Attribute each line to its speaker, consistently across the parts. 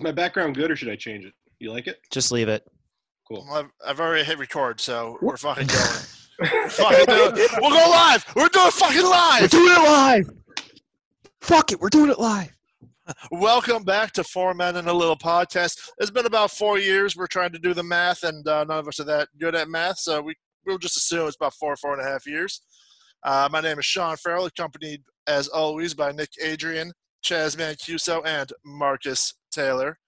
Speaker 1: my background good or should I change it? You like it?
Speaker 2: Just leave it.
Speaker 1: Cool.
Speaker 3: I've, I've already hit record, so we're fucking going. We're fucking doing, we'll go live. We're doing fucking live.
Speaker 2: doing it live. Fuck it, we're doing it live.
Speaker 3: Welcome back to Four Men and a Little Podcast. It's been about four years. We're trying to do the math, and uh, none of us are that good at math, so we we'll just assume it's about four, four and a half years. Uh, my name is Sean Farrell, accompanied as always by Nick Adrian, Chaz Mancuso, and Marcus Taylor.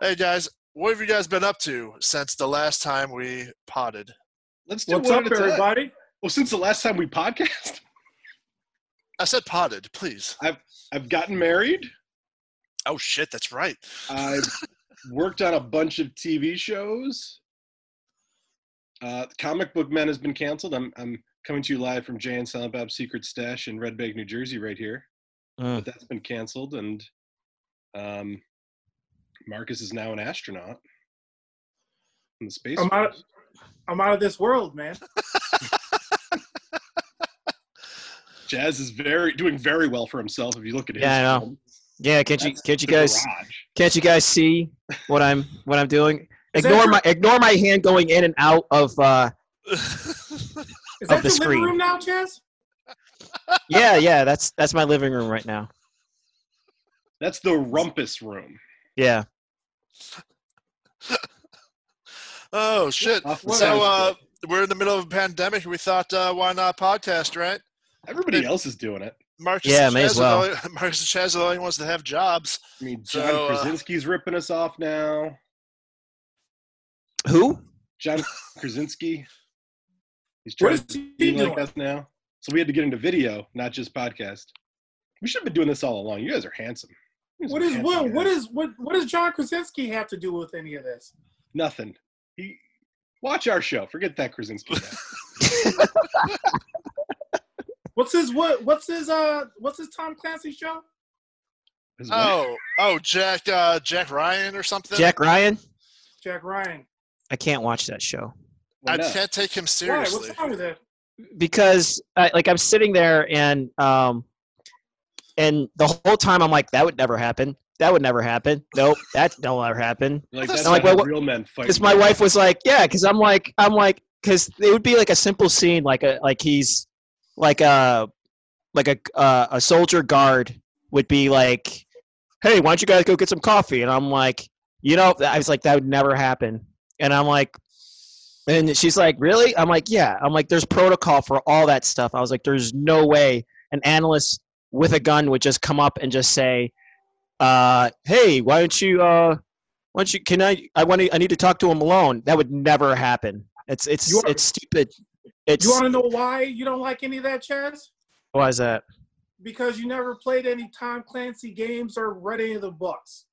Speaker 3: Hey guys, what have you guys been up to since the last time we potted?
Speaker 1: Let's do
Speaker 4: What's
Speaker 1: one
Speaker 4: up,
Speaker 1: at a time.
Speaker 4: everybody?
Speaker 1: Well, since the last time we podcast,
Speaker 3: I said potted, please.
Speaker 1: I've gotten married.
Speaker 3: Oh shit, that's right.
Speaker 1: I've worked on a bunch of TV shows. Uh, Comic Book Men has been canceled. I'm I'm coming to you live from Jay and Silent Bob's Secret Stash in Red Bank, New Jersey, right here.
Speaker 2: Mm.
Speaker 1: But that's been canceled, and um, Marcus is now an astronaut in the space.
Speaker 4: I'm out-
Speaker 1: Force.
Speaker 4: I'm out of this world, man.
Speaker 1: Jazz is very doing very well for himself. If you look at his,
Speaker 2: Yeah, I know.
Speaker 1: film,
Speaker 2: Yeah, can't you
Speaker 1: that's
Speaker 2: can't you
Speaker 1: the
Speaker 2: guys
Speaker 1: garage.
Speaker 2: can't you guys see what I'm what I'm doing?
Speaker 4: Is that
Speaker 2: Ignore
Speaker 4: your-
Speaker 2: my ignore my hand going in and out of uh
Speaker 4: Is
Speaker 2: Of
Speaker 4: that
Speaker 2: the
Speaker 4: your
Speaker 2: screen.
Speaker 4: living room now, Chaz?
Speaker 2: yeah, yeah, that's that's my living room right now.
Speaker 1: That's the rumpus room.
Speaker 2: Yeah.
Speaker 3: oh shit.
Speaker 1: Off the side.
Speaker 3: So uh, we're in the middle of a pandemic. We thought, uh, why not podcast, right?
Speaker 1: everybody else is doing it.
Speaker 3: Marcus
Speaker 2: Yeah,
Speaker 3: and
Speaker 2: may
Speaker 3: Chaz
Speaker 2: as
Speaker 3: are the
Speaker 2: well.
Speaker 3: only- Marcus and Chaz are the only ones that have jobs.
Speaker 1: I mean,
Speaker 3: So,
Speaker 1: John
Speaker 3: uh,
Speaker 1: Krasinski's ripping us off now.
Speaker 2: Who?
Speaker 1: John Krasinski. He's
Speaker 4: What
Speaker 1: trying
Speaker 4: is
Speaker 1: to
Speaker 4: he
Speaker 1: be
Speaker 4: doing?
Speaker 1: like us now. So we had to get into video, not just podcast. We should have been doing this all along. You guys are handsome. You guys
Speaker 4: What
Speaker 1: are
Speaker 4: is
Speaker 1: handsome
Speaker 4: what? What
Speaker 1: guys.
Speaker 4: is what? What does John Krasinski have to do with any of this?
Speaker 1: nothing? He watch our show. Forget that Krasinski. guy.
Speaker 4: What's his what? What's his uh? What's his Tom Clancy show?
Speaker 1: His wife-
Speaker 3: Oh, oh, Jack, uh, Jack Ryan or something.
Speaker 2: Jack Ryan?
Speaker 4: Jack Ryan.
Speaker 2: I can't watch that show.
Speaker 1: why
Speaker 3: I
Speaker 1: not?
Speaker 3: can't take him
Speaker 4: Why?
Speaker 3: seriously.
Speaker 4: What's wrong with it?
Speaker 2: because I, like I'm sitting there and um and the whole time I'm like that would never happen. That would never happen. Nope, that will never happen.
Speaker 1: Like
Speaker 3: That's
Speaker 1: that's
Speaker 2: like,
Speaker 1: like, how
Speaker 2: what-
Speaker 1: real men fight.
Speaker 2: Because my wife was like, yeah, because I'm like I'm like because it would be like a simple scene like a like he's like a like a uh, a soldier guard would be like, hey, why don't you guys go get some coffee? And I'm like, you know, I was like that would never happen. And I'm like, and she's like, Really? I'm like, Yeah. I'm like, There's protocol for all that stuff. I was like, There's no way an analyst with a gun would just come up and just say, uh, Hey, why don't you, uh, why don't you, can I, I want to, I need to talk to him alone. That would never happen. It's, it's,
Speaker 4: You are-
Speaker 2: it's stupid. It's,
Speaker 4: You want to know why you don't like any of that, Chaz?
Speaker 2: why is that?
Speaker 4: Because you never played any Tom Clancy games or read any of the books.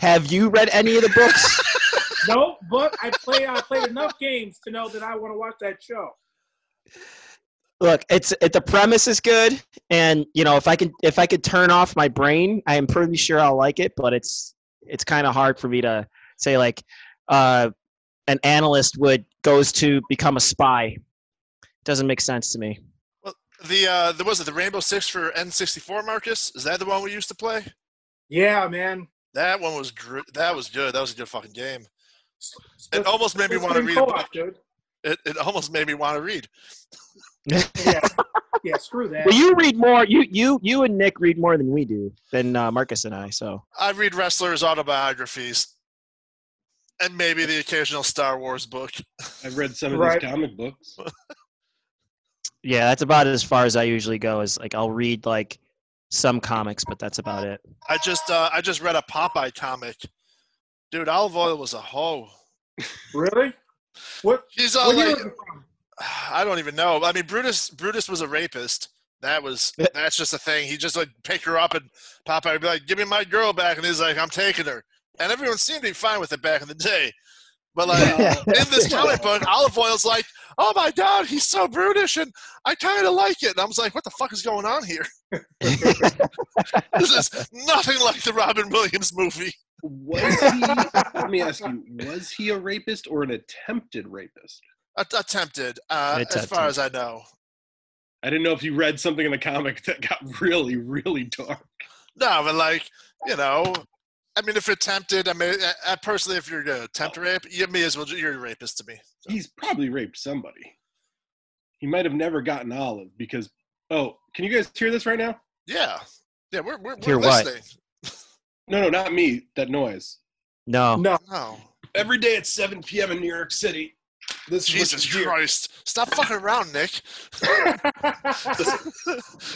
Speaker 2: Have you read any of the books?
Speaker 4: No, but I play. I played enough games to know that I want to watch that show.
Speaker 2: Look, it's, it, the premise is good. And, you know, if I can, if I could turn off my brain, I am pretty sure I'll like it, but it's, it's kind of hard for me to say like uh, an analyst would goes to become a spy doesn't make sense to me
Speaker 3: The uh, the was it the Rainbow Six for N64, Marcus? Is that the one we used to play?
Speaker 4: Yeah, man.
Speaker 3: That one was gr- that was good. That was a good fucking game. It almost made me
Speaker 4: Let's
Speaker 3: want to
Speaker 4: play
Speaker 3: read. a book.
Speaker 4: co-op, dude.
Speaker 3: It, it almost made me want to read.
Speaker 4: Yeah, yeah. Screw that.
Speaker 2: well you read more you you you and nick read more than we do than uh, marcus and i so
Speaker 3: I read wrestlers' autobiographies, and maybe the occasional Star Wars book.
Speaker 1: I've read some of
Speaker 4: Right.
Speaker 1: these comic books.
Speaker 2: yeah that's about as far as i usually go is like i'll read like some comics but that's about it
Speaker 3: I just uh, I just read a Popeye comic. Dude, olive oil was a hoe.
Speaker 4: Really? What?
Speaker 3: He's all
Speaker 4: what year
Speaker 3: like,
Speaker 4: was it from?
Speaker 3: I don't even know. I mean, Brutus Brutus was a rapist. That was that's just a thing. He just like pick her up and Popeye would be like, "Give me my girl back," and he's like, "I'm taking her." And everyone seemed to be fine with it back in the day, but like
Speaker 1: Yeah.
Speaker 3: in this comic book, olive oil's like, "Oh my god, he's so brutish," and I kind of like it. And I was like, "What the fuck is going on here? this is nothing like the Robin Williams movie."
Speaker 1: Was he? let me ask you: Was he a rapist or an attempted rapist?
Speaker 3: Att- attempted, uh, as
Speaker 2: Attempted.
Speaker 3: far as I know.
Speaker 1: I didn't know if you read something in the comic that got really, really dark.
Speaker 3: No, but like you know, I mean, if you're tempted, I mean, I, I personally, if you're gonna
Speaker 2: Oh.
Speaker 3: attempt rape, you may as well. ju- You're a rapist to me. So,
Speaker 1: He's probably raped somebody. He might have never gotten Olive because. Oh, can you guys hear this right now?
Speaker 3: yeah, yeah, we're we're, we're
Speaker 2: Hear what?
Speaker 3: listening.
Speaker 1: No, no, not me. That noise.
Speaker 2: No.
Speaker 4: No.
Speaker 3: No,
Speaker 1: Every day at 7 p.m. in New York City. This
Speaker 3: Jesus
Speaker 1: is what you hear.
Speaker 3: Christ! Stop fucking around, Nick.
Speaker 4: That's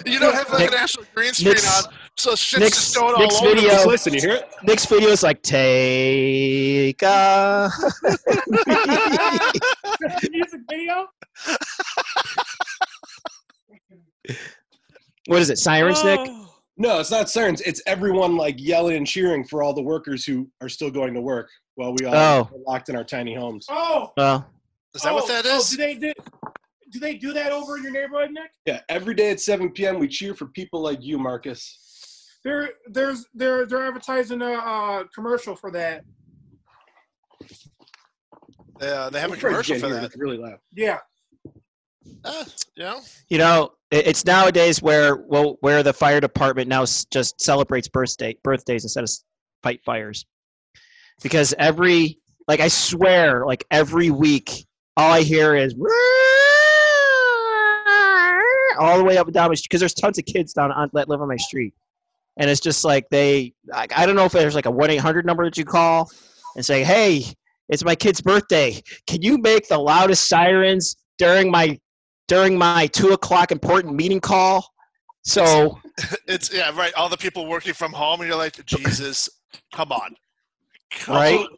Speaker 3: You don't have like
Speaker 2: Nick-
Speaker 3: an actual green screen
Speaker 2: Nick's-
Speaker 3: on, so shit's
Speaker 2: Nick's-
Speaker 3: just going
Speaker 2: Nick's
Speaker 3: all over.
Speaker 2: video-
Speaker 1: Just listen. You hear it?
Speaker 2: Nick's video is like take a.
Speaker 4: a music video.
Speaker 2: what is it? Sirens,
Speaker 4: Oh.
Speaker 2: Nick.
Speaker 1: No, it's not sirens. It's everyone like yelling and cheering for all the workers who are still going to work while we all
Speaker 2: Oh.
Speaker 1: are locked in our tiny homes.
Speaker 4: Oh,
Speaker 2: Oh,
Speaker 3: Is that
Speaker 4: oh,
Speaker 3: what that
Speaker 4: oh,
Speaker 3: is?
Speaker 4: do they do? Do they do that over in your neighborhood, Nick?
Speaker 1: Yeah, every day at 7 p.m. we cheer for people like you, Marcus.
Speaker 4: There, there's, they're, they're advertising a uh, commercial for that.
Speaker 3: yeah, they
Speaker 1: We're
Speaker 3: have a
Speaker 1: probably
Speaker 3: commercial for
Speaker 1: getting here,
Speaker 3: that.
Speaker 1: it's really loud.
Speaker 4: Yeah,
Speaker 3: Uh, you know,
Speaker 2: you know, it, it's nowadays where well, where the fire department now s- just celebrates birthday birthdays instead of s- fight fires, because every like I swear, like every week, all I hear is all the way up and down my street because there's tons of kids down on that live on my street, and it's just like they I, I don't know if there's like a one eight hundred number that you call and say, hey, it's my kid's birthday. Can you make the loudest sirens during my during my two o'clock important meeting call? So
Speaker 3: it's yeah, right. All the people working from home, and you're like, Jesus, come on. Come
Speaker 2: Right?
Speaker 3: on.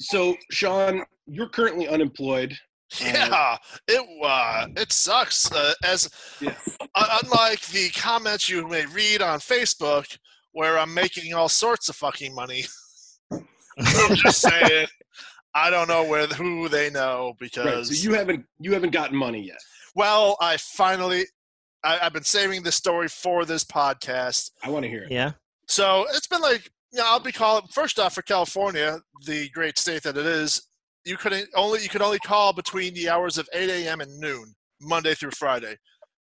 Speaker 1: So, Sean, you're currently unemployed.
Speaker 3: Yeah, it uh, it sucks. Uh, as
Speaker 1: Yeah.
Speaker 3: uh, unlike the comments you may read on Facebook, where I'm making all sorts of fucking money. I'm just saying, I don't know where who they know
Speaker 1: Right,
Speaker 3: because
Speaker 1: so you haven't you haven't gotten money yet.
Speaker 3: well, I finally I, I've been saving this story for this podcast.
Speaker 1: I want to hear it.
Speaker 2: yeah,
Speaker 3: So it's been like, you know, I'll be calling first off for California, the great state that it is. You couldn't only you could only call between the hours of 8 a.m. and noon, Monday through Friday.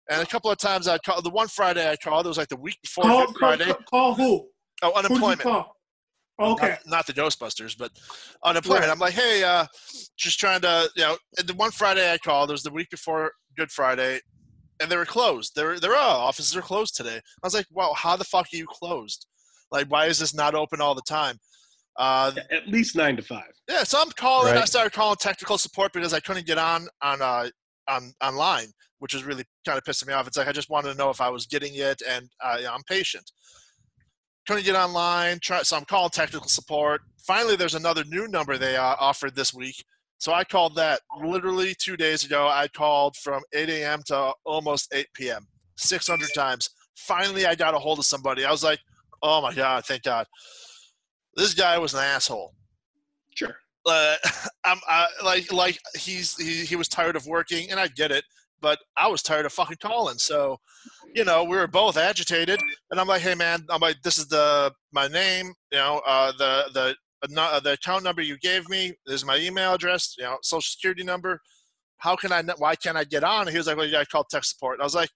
Speaker 3: And a couple of times I called. The one Friday I called, Oh, it was like the week before
Speaker 4: call,
Speaker 3: Good
Speaker 4: call,
Speaker 3: Friday.
Speaker 4: call who?
Speaker 3: Oh,
Speaker 4: Who'd you
Speaker 3: unemployment.
Speaker 4: call? Okay.
Speaker 3: Not, not the Ghostbusters, but unemployment. I'm like, hey, uh, just trying to, you know. And the one Friday I called, it was the week before Good Friday, and they were closed. They're, they're, oh, offices are closed today. I was like, wow, how the fuck are you closed? Like, why is this not open all the time? Uh,
Speaker 1: At least nine to five.
Speaker 3: yeah, so I'm calling. I
Speaker 2: Right.
Speaker 3: started calling technical support because I couldn't get on on uh, on online, which is really kind of pissing me off. It's like I just wanted to know if I was getting it, and uh, yeah, I'm patient. Couldn't get online, try, so I'm calling technical support. Finally, there's another new number they uh, offered this week, so I called that literally two days ago. I called from 8 a.m. to almost 8 p.m. 600 times. Finally, I got a hold of somebody. I was like, "Oh my god, thank God!" This guy was an asshole
Speaker 1: Sure.
Speaker 3: uh, I'm I, like like he's he, he was tired of working and I get it, but I was tired of fucking calling. So, you know, we were both agitated, and I'm like, hey man, I'm like, this is the my name, you know, uh, the the uh, no- uh, the account number you gave me. This is my email address, you know, social security number. How can I? not- Why can't I get on? And he was like, well, you got to call tech support. And I was like,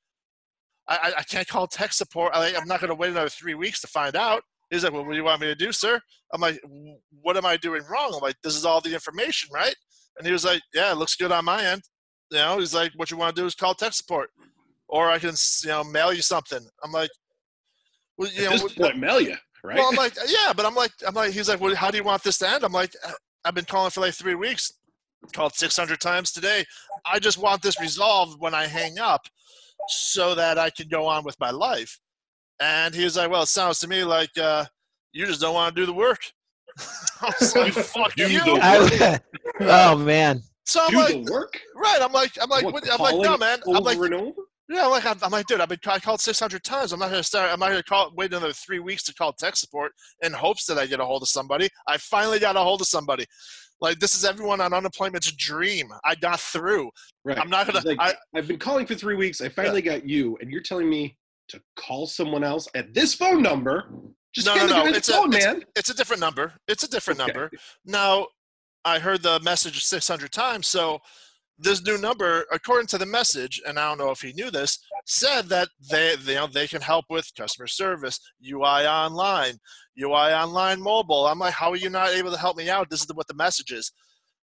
Speaker 3: I, I- I can't call tech support. I, like, I'm not going to wait another three weeks to find out. He's like, well, what do you want me to do, sir? I'm like, "W- what am I doing wrong? I'm like, this is all the information, right? And he was like, yeah, it looks good on my end. You know, he's like, what you want to do is call tech support, or I can, s- you know, mail you something. I'm like, well,
Speaker 1: At
Speaker 3: you know,
Speaker 1: this
Speaker 3: what-
Speaker 1: point, Melia, right?
Speaker 3: well, I'm like, yeah, but I'm like, I'm like, he's like, well, how do you want this to end? I'm like, I've been calling for like three weeks, called 600 times today. I just want this resolved when I hang up, so that I can go on with my life. And he was like, well, it sounds to me like uh, you just don't want to do the work. I was like, fuck
Speaker 1: Do
Speaker 3: you.
Speaker 1: the work.
Speaker 2: I, oh man,
Speaker 3: So I'm
Speaker 1: Do
Speaker 3: like,
Speaker 1: the work.
Speaker 3: right? I'm like, I'm like,
Speaker 1: What,
Speaker 3: what, I'm like, no,
Speaker 1: calling
Speaker 3: man.
Speaker 1: over
Speaker 3: I'm like,
Speaker 1: and over.
Speaker 3: yeah, I'm like I'm, I'm like, dude, I've been I called 600 times. I'm not gonna start. I'm not gonna call. Wait another three weeks to call tech support in hopes that I get a hold of somebody. I finally got a hold of somebody. Like this is everyone on unemployment's dream. I got through.
Speaker 1: Right.
Speaker 3: I'm not gonna.
Speaker 1: It's like,
Speaker 3: I,
Speaker 1: I've been calling for three weeks. I finally got you, and you're telling me to call someone else at this phone number. Just
Speaker 3: No,
Speaker 1: hand
Speaker 3: no,
Speaker 1: the
Speaker 3: no,
Speaker 1: guy the
Speaker 3: it's a-
Speaker 1: phone, man.
Speaker 3: it's a different number. It's a different
Speaker 1: Okay.
Speaker 3: number. Now, I heard the message 600 times. So this new number, according to the message, and I don't know if he knew this, said that they, they, you know, they can help with customer service, UI online, UI online mobile. I'm like, how are you not able to help me out? This is what the message is.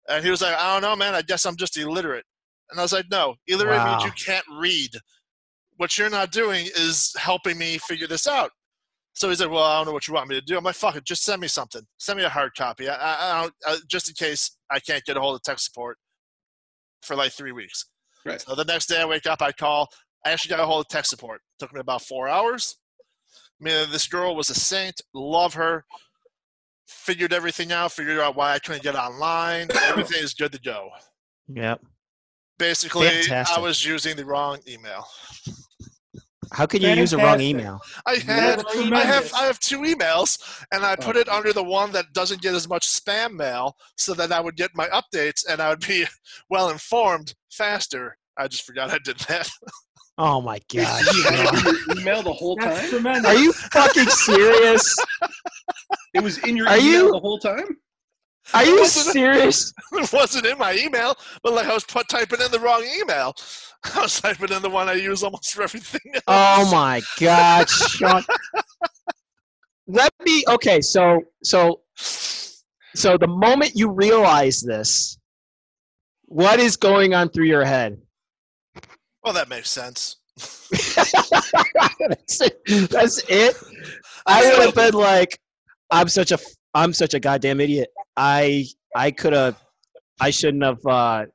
Speaker 3: And he was like, I don't know, man. I guess I'm just illiterate. And I was like, no, illiterate
Speaker 2: Wow.
Speaker 3: means you can't read. What you're not doing is helping me figure this out. So he's like, well, I don't know what you want me to do. I'm like, fuck it, just send me something. Send me a hard copy. I, I, I don't, uh, just in case I can't get a hold of tech support for like three weeks.
Speaker 1: Right.
Speaker 3: So the next day I wake up, I call. I actually got a hold of tech support. Took me about four hours. I mean, this girl was a saint. Love her. Figured everything out. Figured out why I couldn't get online. everything is good to go.
Speaker 2: Yep.
Speaker 3: Basically,
Speaker 2: Fantastic.
Speaker 3: I was using the wrong email.
Speaker 2: How could you use a wrong
Speaker 4: Fantastic.
Speaker 2: email?
Speaker 3: I had
Speaker 4: That's
Speaker 3: I
Speaker 4: tremendous.
Speaker 3: have I have two emails, and
Speaker 2: Oh.
Speaker 3: I put it under the one that doesn't get as much spam mail, so that I would get my updates and I would be well informed faster. I just forgot I did that.
Speaker 2: Oh my god.
Speaker 1: You had it in your email the whole
Speaker 4: That's
Speaker 1: time.
Speaker 4: tremendous.
Speaker 2: Are you fucking serious?
Speaker 1: It was in your
Speaker 2: Are
Speaker 1: email
Speaker 2: you-
Speaker 1: the whole time.
Speaker 2: Are you
Speaker 3: Wasn't it-
Speaker 2: serious?
Speaker 3: it wasn't in my email, but like I was put, typing in the wrong email. I was typing in the one I use almost for everything.
Speaker 2: Oh my god, Sean. Let me okay, so so so the moment you realize this, what is going on through your head?
Speaker 3: Well, that makes sense.
Speaker 2: that's it. That's it. I would have been like, I'm such a f- I'm such a goddamn idiot. I I could have I shouldn't have uh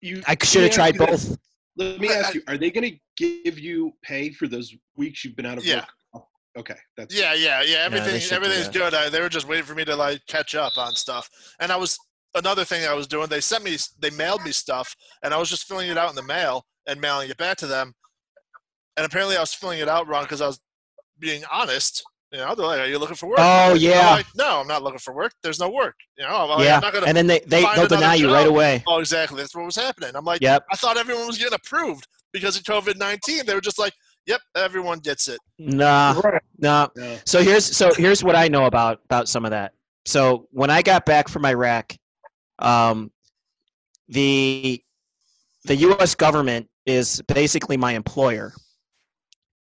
Speaker 1: You,
Speaker 2: I should have
Speaker 1: Yeah,
Speaker 2: tried
Speaker 1: because-
Speaker 2: both.
Speaker 1: let me ask you: Are they going to give you pay for those weeks you've been out of
Speaker 3: Yeah.
Speaker 1: work? Oh, Okay, that's
Speaker 3: Yeah, yeah, yeah.
Speaker 2: they
Speaker 3: Everything,
Speaker 2: should do
Speaker 3: everything's
Speaker 2: that.
Speaker 3: good. I, they were just waiting for me to like catch up on stuff. And I was another thing I was doing. They sent me, they mailed me stuff, and I was just filling it out in the mail and mailing it back to them. And apparently, I was filling it out wrong because I was being honest. You know, they're like, "Are you looking for work?"
Speaker 2: Oh
Speaker 3: I'm
Speaker 2: yeah.
Speaker 3: like, no, I'm not looking for work. There's no work. You know, I'm, like,
Speaker 2: Yeah.
Speaker 3: I'm not gonna.
Speaker 2: And then they, they
Speaker 3: find
Speaker 2: they'll
Speaker 3: another
Speaker 2: deny you
Speaker 3: job.
Speaker 2: right away.
Speaker 3: oh, exactly. That's what was happening. I'm like.
Speaker 2: Yep.
Speaker 3: I thought everyone was getting approved because of COVID nineteen. They were just like, "Yep, everyone gets it."
Speaker 2: Nah.
Speaker 4: Right.
Speaker 2: Nah.
Speaker 1: No.
Speaker 2: So here's so here's what I know about about some of that. So when I got back from Iraq, um, the the U.S. government is basically my employer.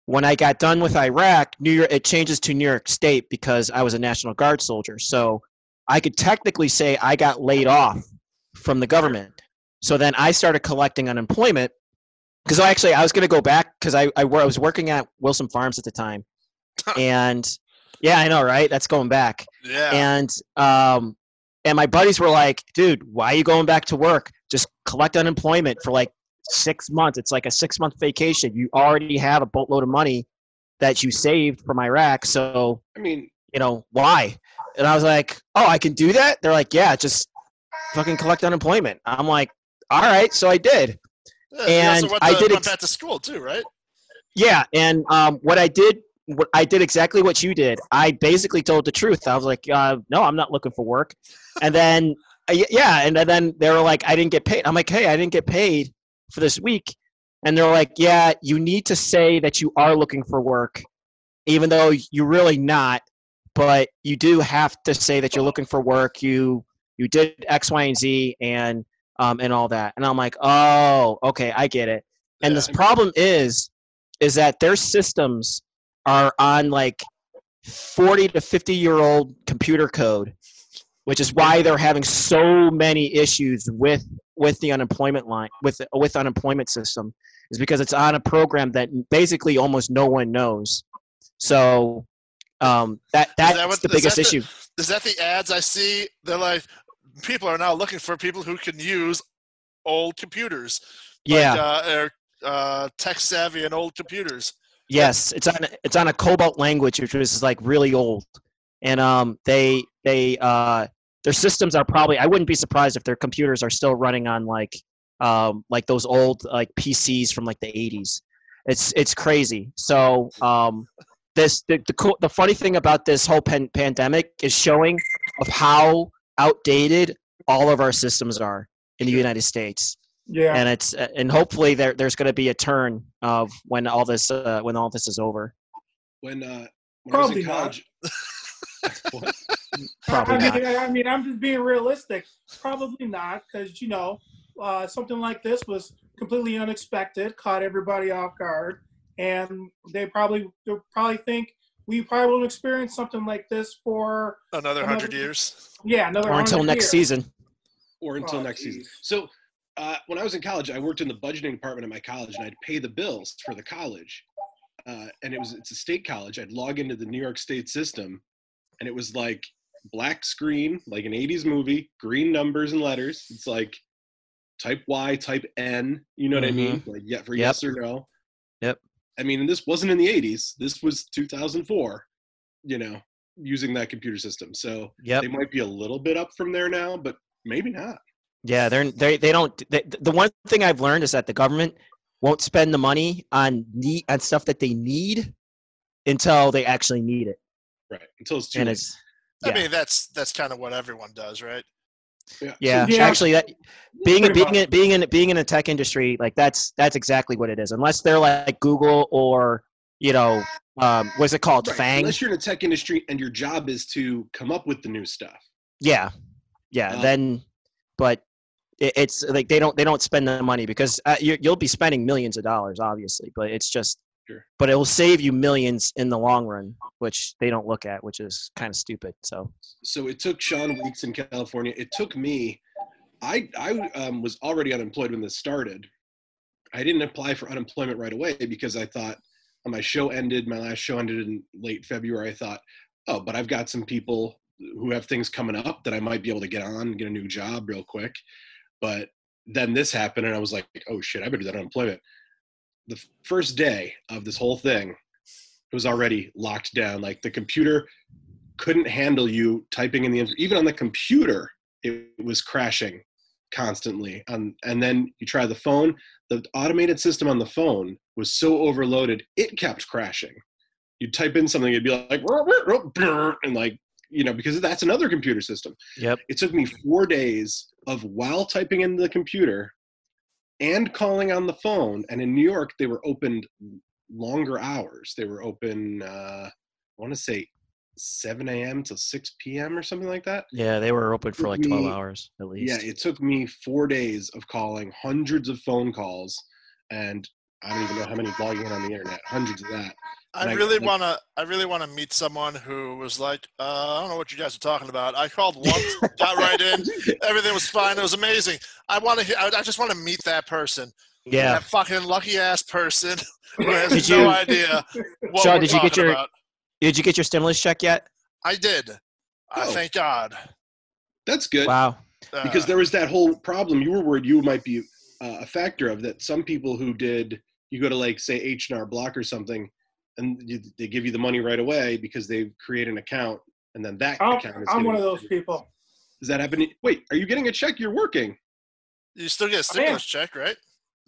Speaker 2: When I got done with Iraq, New York it changes to New York State because I was a National Guard soldier. So I could technically say I got laid off from the government. So then I started collecting unemployment because I actually I was going to go back because I, I wor- I was working at Wilson Farms at the time, and yeah, I know, right? That's going back.
Speaker 3: Yeah.
Speaker 2: And um, and my buddies were like, "Dude, why are you going back to work? Just collect unemployment for like six months. It's like a six month vacation. You already have a boatload of money that you saved from Iraq, so
Speaker 1: I mean,
Speaker 2: you know why?" And I was like, "Oh, I can do that." They're like, "Yeah, just fucking collect unemployment." I'm like, "All right," so I did.
Speaker 3: Yeah, you also
Speaker 2: and
Speaker 3: went
Speaker 2: I
Speaker 3: to-
Speaker 2: did
Speaker 3: went
Speaker 2: ex-
Speaker 3: back to school too, right?
Speaker 2: Yeah, and um, what I did, what I did exactly what you did. I basically told the truth. I was like, uh, "No, I'm not looking for work," and then uh, y- yeah, and then they were like, "I didn't get paid." I'm like, "Hey, I didn't get paid for this week," and they're like, "Yeah, you need to say that you are looking for work, even though you're really not, but you do have to say that you're looking for work. You you did X, Y, and Z, and um, and all that." And I'm like, "Oh, okay, I get it." And
Speaker 3: Yeah.
Speaker 2: this problem is is that their systems are on like 40 to 50 year old computer code which is why they're having so many issues with with the unemployment line with with unemployment system is because it's on a program that basically almost no one knows so um that
Speaker 3: that
Speaker 2: that's
Speaker 3: what-
Speaker 2: the
Speaker 3: is that
Speaker 2: biggest
Speaker 3: the-
Speaker 2: issue
Speaker 3: Is that the ads I see? They're like, people are now looking for people who can use old computers. like,
Speaker 2: yeah
Speaker 3: uh, or, uh, tech savvy and old computers.
Speaker 2: Yes, it's on it's on a Cobalt language, which is like really old, and um, they they uh, their systems are probably. I wouldn't be surprised if their computers are still running on like um, like those old like PCs from like the '80s. It's it's crazy. So um, this the the, cool, the funny thing about this whole pan- pandemic is showing of how outdated all of our systems are in the United States
Speaker 4: Yeah.
Speaker 2: and it's uh, and hopefully there there's going to be a turn of when all this uh, when all this is over.
Speaker 1: when uh, when I was
Speaker 4: Probably
Speaker 1: in
Speaker 4: not.
Speaker 1: college,
Speaker 2: Probably
Speaker 4: I
Speaker 2: not.
Speaker 4: mean, I mean, I'm just being realistic. Probably not, because you know, uh, something like this was completely unexpected, caught everybody off guard, and they probably they'll probably think we probably won't experience something like this for
Speaker 3: Another
Speaker 4: Another-
Speaker 3: hundred years.
Speaker 4: yeah another
Speaker 2: or until
Speaker 4: 100
Speaker 2: next
Speaker 4: years.
Speaker 2: season.
Speaker 1: or until
Speaker 4: Oh,
Speaker 1: next season.
Speaker 4: geez.
Speaker 1: So uh, when I was in college, I worked in the budgeting department at my college, and I'd pay the bills for the college. Uh, and it was it's a state college. I'd log into the New York State system, and it was like black screen, like an '80s movie, green numbers and letters. It's like type Y, type N. You know what I mean? Like yeah, for
Speaker 2: Mm-hmm. Yep.
Speaker 1: yes or no.
Speaker 2: Yep.
Speaker 1: I mean, and this wasn't in the '80s. This was 2004. You know, using that computer system. So
Speaker 2: Yep.
Speaker 1: they might be a little bit up from there now, but maybe not.
Speaker 2: Yeah, they're they they don't. They, the one thing I've learned is that the government won't spend the money on need on stuff that they need until they actually need it,
Speaker 1: Right. Until it's too
Speaker 2: and
Speaker 1: late.
Speaker 2: it's
Speaker 3: I
Speaker 2: Yeah.
Speaker 3: mean, that's that's kind of what everyone does, right?
Speaker 2: yeah,
Speaker 4: Yeah.
Speaker 2: actually that being
Speaker 4: Pretty
Speaker 2: being
Speaker 4: much.
Speaker 2: in, being in being in the tech industry like that's that's exactly what it is unless they're like google or you know um what's it called
Speaker 1: Right,
Speaker 2: fang
Speaker 1: Unless you're in the tech industry and your job is to come up with the new stuff.
Speaker 2: yeah yeah
Speaker 1: Uh,
Speaker 2: then but it, it's like they don't they don't spend the money because uh, you, you'll be spending millions of dollars obviously but it's just
Speaker 1: Sure.
Speaker 2: but it will save you millions in the long run which they don't look at which is kind of stupid so
Speaker 1: So it took Sean Weeks in California. It took me. I I um, was already unemployed when this started. I didn't apply for unemployment right away because I thought uh, my show ended. My last show ended in late February. I thought, oh, but I've got some people who have things coming up that I might be able to get on, get a new job real quick. But then this happened, and I was like, oh shit, I better do that unemployment. The f- first day of this whole thing, it was already locked down. Like the computer couldn't handle you typing in the inf- even on the computer it was crashing constantly um, and then you try the phone the automated system on the phone was so overloaded it kept crashing you'd type in something it'd be like "Ruh, ruh, ruh, brr," and like you know because that's another computer system
Speaker 2: Yep.
Speaker 1: it took me four days of while typing in the computer and calling on the phone and in new york they were opened longer hours they were open uh, i want to say 7 a.m. to 6 p.m. or something like that.
Speaker 2: yeah they were open for like 12
Speaker 1: We-
Speaker 2: hours at least
Speaker 1: Yeah, it took me four days of calling hundreds of phone calls, and I don't even know how many logging in on the internet, hundreds of that.
Speaker 3: I
Speaker 1: Like-
Speaker 3: really
Speaker 1: like-
Speaker 3: wanna, I really wanna meet someone who was like, uh, I don't know what you guys are talking about. I called once, got right in, everything was fine, it was amazing. I wanna, he- I, I just wanna meet that person.
Speaker 2: Yeah.
Speaker 3: That fucking lucky ass person who has
Speaker 2: Did
Speaker 3: no
Speaker 2: you-
Speaker 3: idea what
Speaker 2: Sean,
Speaker 3: we're
Speaker 2: did you get
Speaker 3: talking
Speaker 2: your-
Speaker 3: about.
Speaker 2: did you get your stimulus check yet
Speaker 3: I did. I
Speaker 1: Oh.
Speaker 3: thank God.
Speaker 1: That's good
Speaker 2: wow
Speaker 3: Uh,
Speaker 1: because there was that whole problem you were worried you might be uh, a factor of that. Some people who did, you go to like say H and R Block or something, and you, they give you the money right away because they create an account, and then that
Speaker 4: I'm,
Speaker 1: account is
Speaker 4: I'm
Speaker 1: getting-
Speaker 4: one of those people.
Speaker 1: Does that happen? Wait, are you getting a check? You're working.
Speaker 3: you still get
Speaker 4: I
Speaker 3: a
Speaker 4: am.
Speaker 3: stimulus check, right?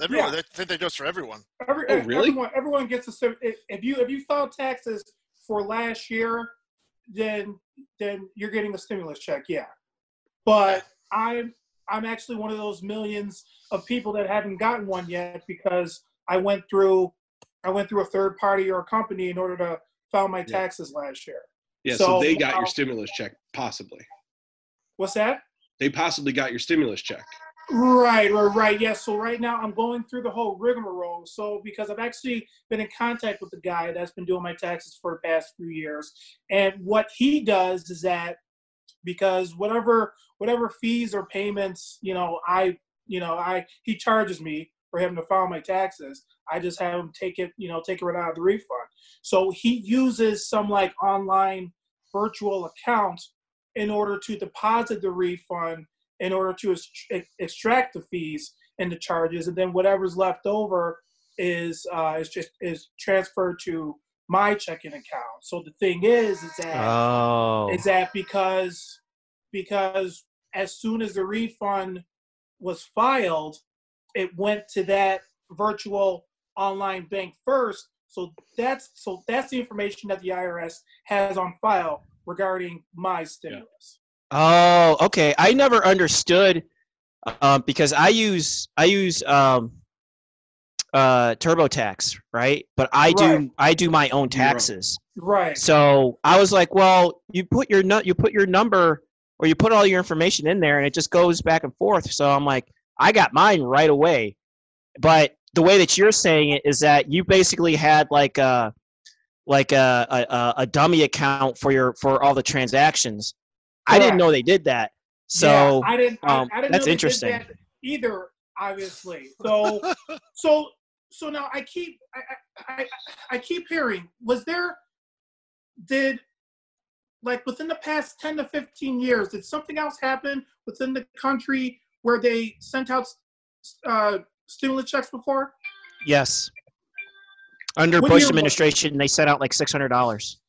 Speaker 3: Everyone, I think that goes for everyone.
Speaker 4: Every, e,
Speaker 1: Oh, really?
Speaker 4: Everyone, everyone gets a cer- if if you if you filed taxes for last year, then then you're getting a stimulus check. Yeah, but I'm I'm actually one of those millions of people that haven't gotten one yet because I went through I went through a third party or a company in order to file my
Speaker 1: Yeah.
Speaker 4: taxes last year.
Speaker 1: Yeah, so,
Speaker 4: So,
Speaker 1: they got your
Speaker 4: wow.
Speaker 1: stimulus check possibly.
Speaker 4: What's that?
Speaker 1: They possibly got your stimulus check.
Speaker 4: Right, right, right. Yes. So right now I'm going through the whole rigmarole. So because I've actually been in contact with the guy that's been doing my taxes for the past few years, and what he does is that because whatever whatever fees or payments you know I you know I he charges me for having to file my taxes, I just have him take it you know take it right out of the refund. So he uses some like online virtual account in order to deposit the refund in order to ex- extract the fees and the charges, and then whatever's left over is uh, is just is transferred to my checking account. So the thing is, is that
Speaker 2: oh
Speaker 4: is that because because as soon as the refund was filed, it went to that virtual online bank first. So that's so that's the information that the IRS has on file regarding my stimulus.
Speaker 2: Oh, okay. I never understood um, because I use I use um, uh, TurboTax, right? But I do
Speaker 4: Right.
Speaker 2: I do my own
Speaker 1: You're right.
Speaker 2: taxes.
Speaker 4: Right.
Speaker 2: So I was like, well, you put your nu- you put your number or you put all your information in there, and it just goes back and forth. So I'm like, I got mine right away, but the way that you're saying it is that you basically had like a like a a- a, a dummy account for your for all the transactions. I didn't
Speaker 4: Correct.
Speaker 2: know they did that. So
Speaker 4: Yeah, I didn't. I-
Speaker 2: um,
Speaker 4: I, didn't
Speaker 2: that's
Speaker 4: know they did
Speaker 2: interesting.
Speaker 4: that either, obviously. So, so, so now I keep, I, I, I, I keep hearing. Was there, did, like within the past ten to fifteen years, did something else happen within the country where they sent out uh, stimulus checks before?
Speaker 2: yes, under
Speaker 4: What
Speaker 2: Bush
Speaker 4: year-
Speaker 2: administration, they sent out like six hundred dollars.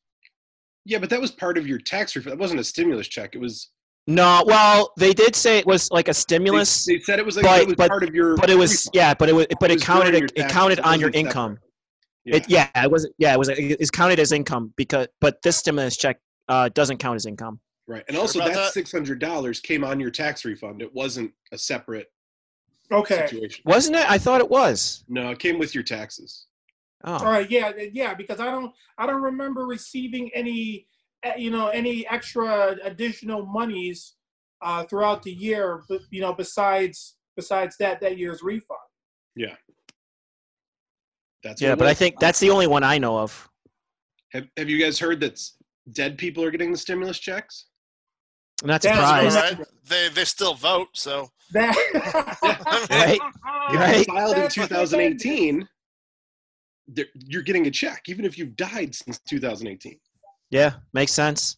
Speaker 1: Yeah, but that was part of your tax refund. That wasn't a stimulus check. It was
Speaker 2: No, well, they did say it was like a
Speaker 1: they,
Speaker 2: stimulus,
Speaker 1: they said it was like
Speaker 2: But-
Speaker 1: it was
Speaker 2: but-
Speaker 1: part of your.
Speaker 2: but it was
Speaker 1: refund.
Speaker 2: yeah, but it was but
Speaker 1: It
Speaker 2: it,
Speaker 1: was
Speaker 2: counted
Speaker 1: during
Speaker 2: it,
Speaker 1: your
Speaker 2: it counted
Speaker 1: taxes. It
Speaker 2: on your
Speaker 1: wasn't
Speaker 2: income.
Speaker 1: Yeah.
Speaker 2: It, yeah, it was yeah, it was it- it's counted as income because but this stimulus check uh, doesn't count as income.
Speaker 1: right, and
Speaker 3: Sure
Speaker 1: also
Speaker 3: about
Speaker 1: that,
Speaker 3: that?
Speaker 1: six hundred dollars came on your tax refund. It wasn't a separate
Speaker 4: Okay.
Speaker 1: situation.
Speaker 2: Wasn't it? I thought it was.
Speaker 1: No, it came with your taxes.
Speaker 2: Oh.
Speaker 4: All right, yeah, th- yeah, because I don't, I don't remember receiving any, eh, you know, any extra additional monies uh, throughout the year, but you know, besides besides that that year's refund.
Speaker 1: That's
Speaker 2: Yeah,
Speaker 1: what it
Speaker 2: but I
Speaker 1: was.
Speaker 2: think that's the only one I know of.
Speaker 1: Have, have you guys heard that s- dead people are getting the stimulus checks?
Speaker 2: I'm not
Speaker 4: That's
Speaker 3: All
Speaker 2: surprised.
Speaker 4: correct.
Speaker 3: right. They they still vote, so
Speaker 4: That
Speaker 2: Right.
Speaker 1: If
Speaker 2: Right.
Speaker 1: you filed in
Speaker 4: That's
Speaker 1: 2018, there- you're getting a check, even if you've died since 2018.
Speaker 2: Yeah, makes sense.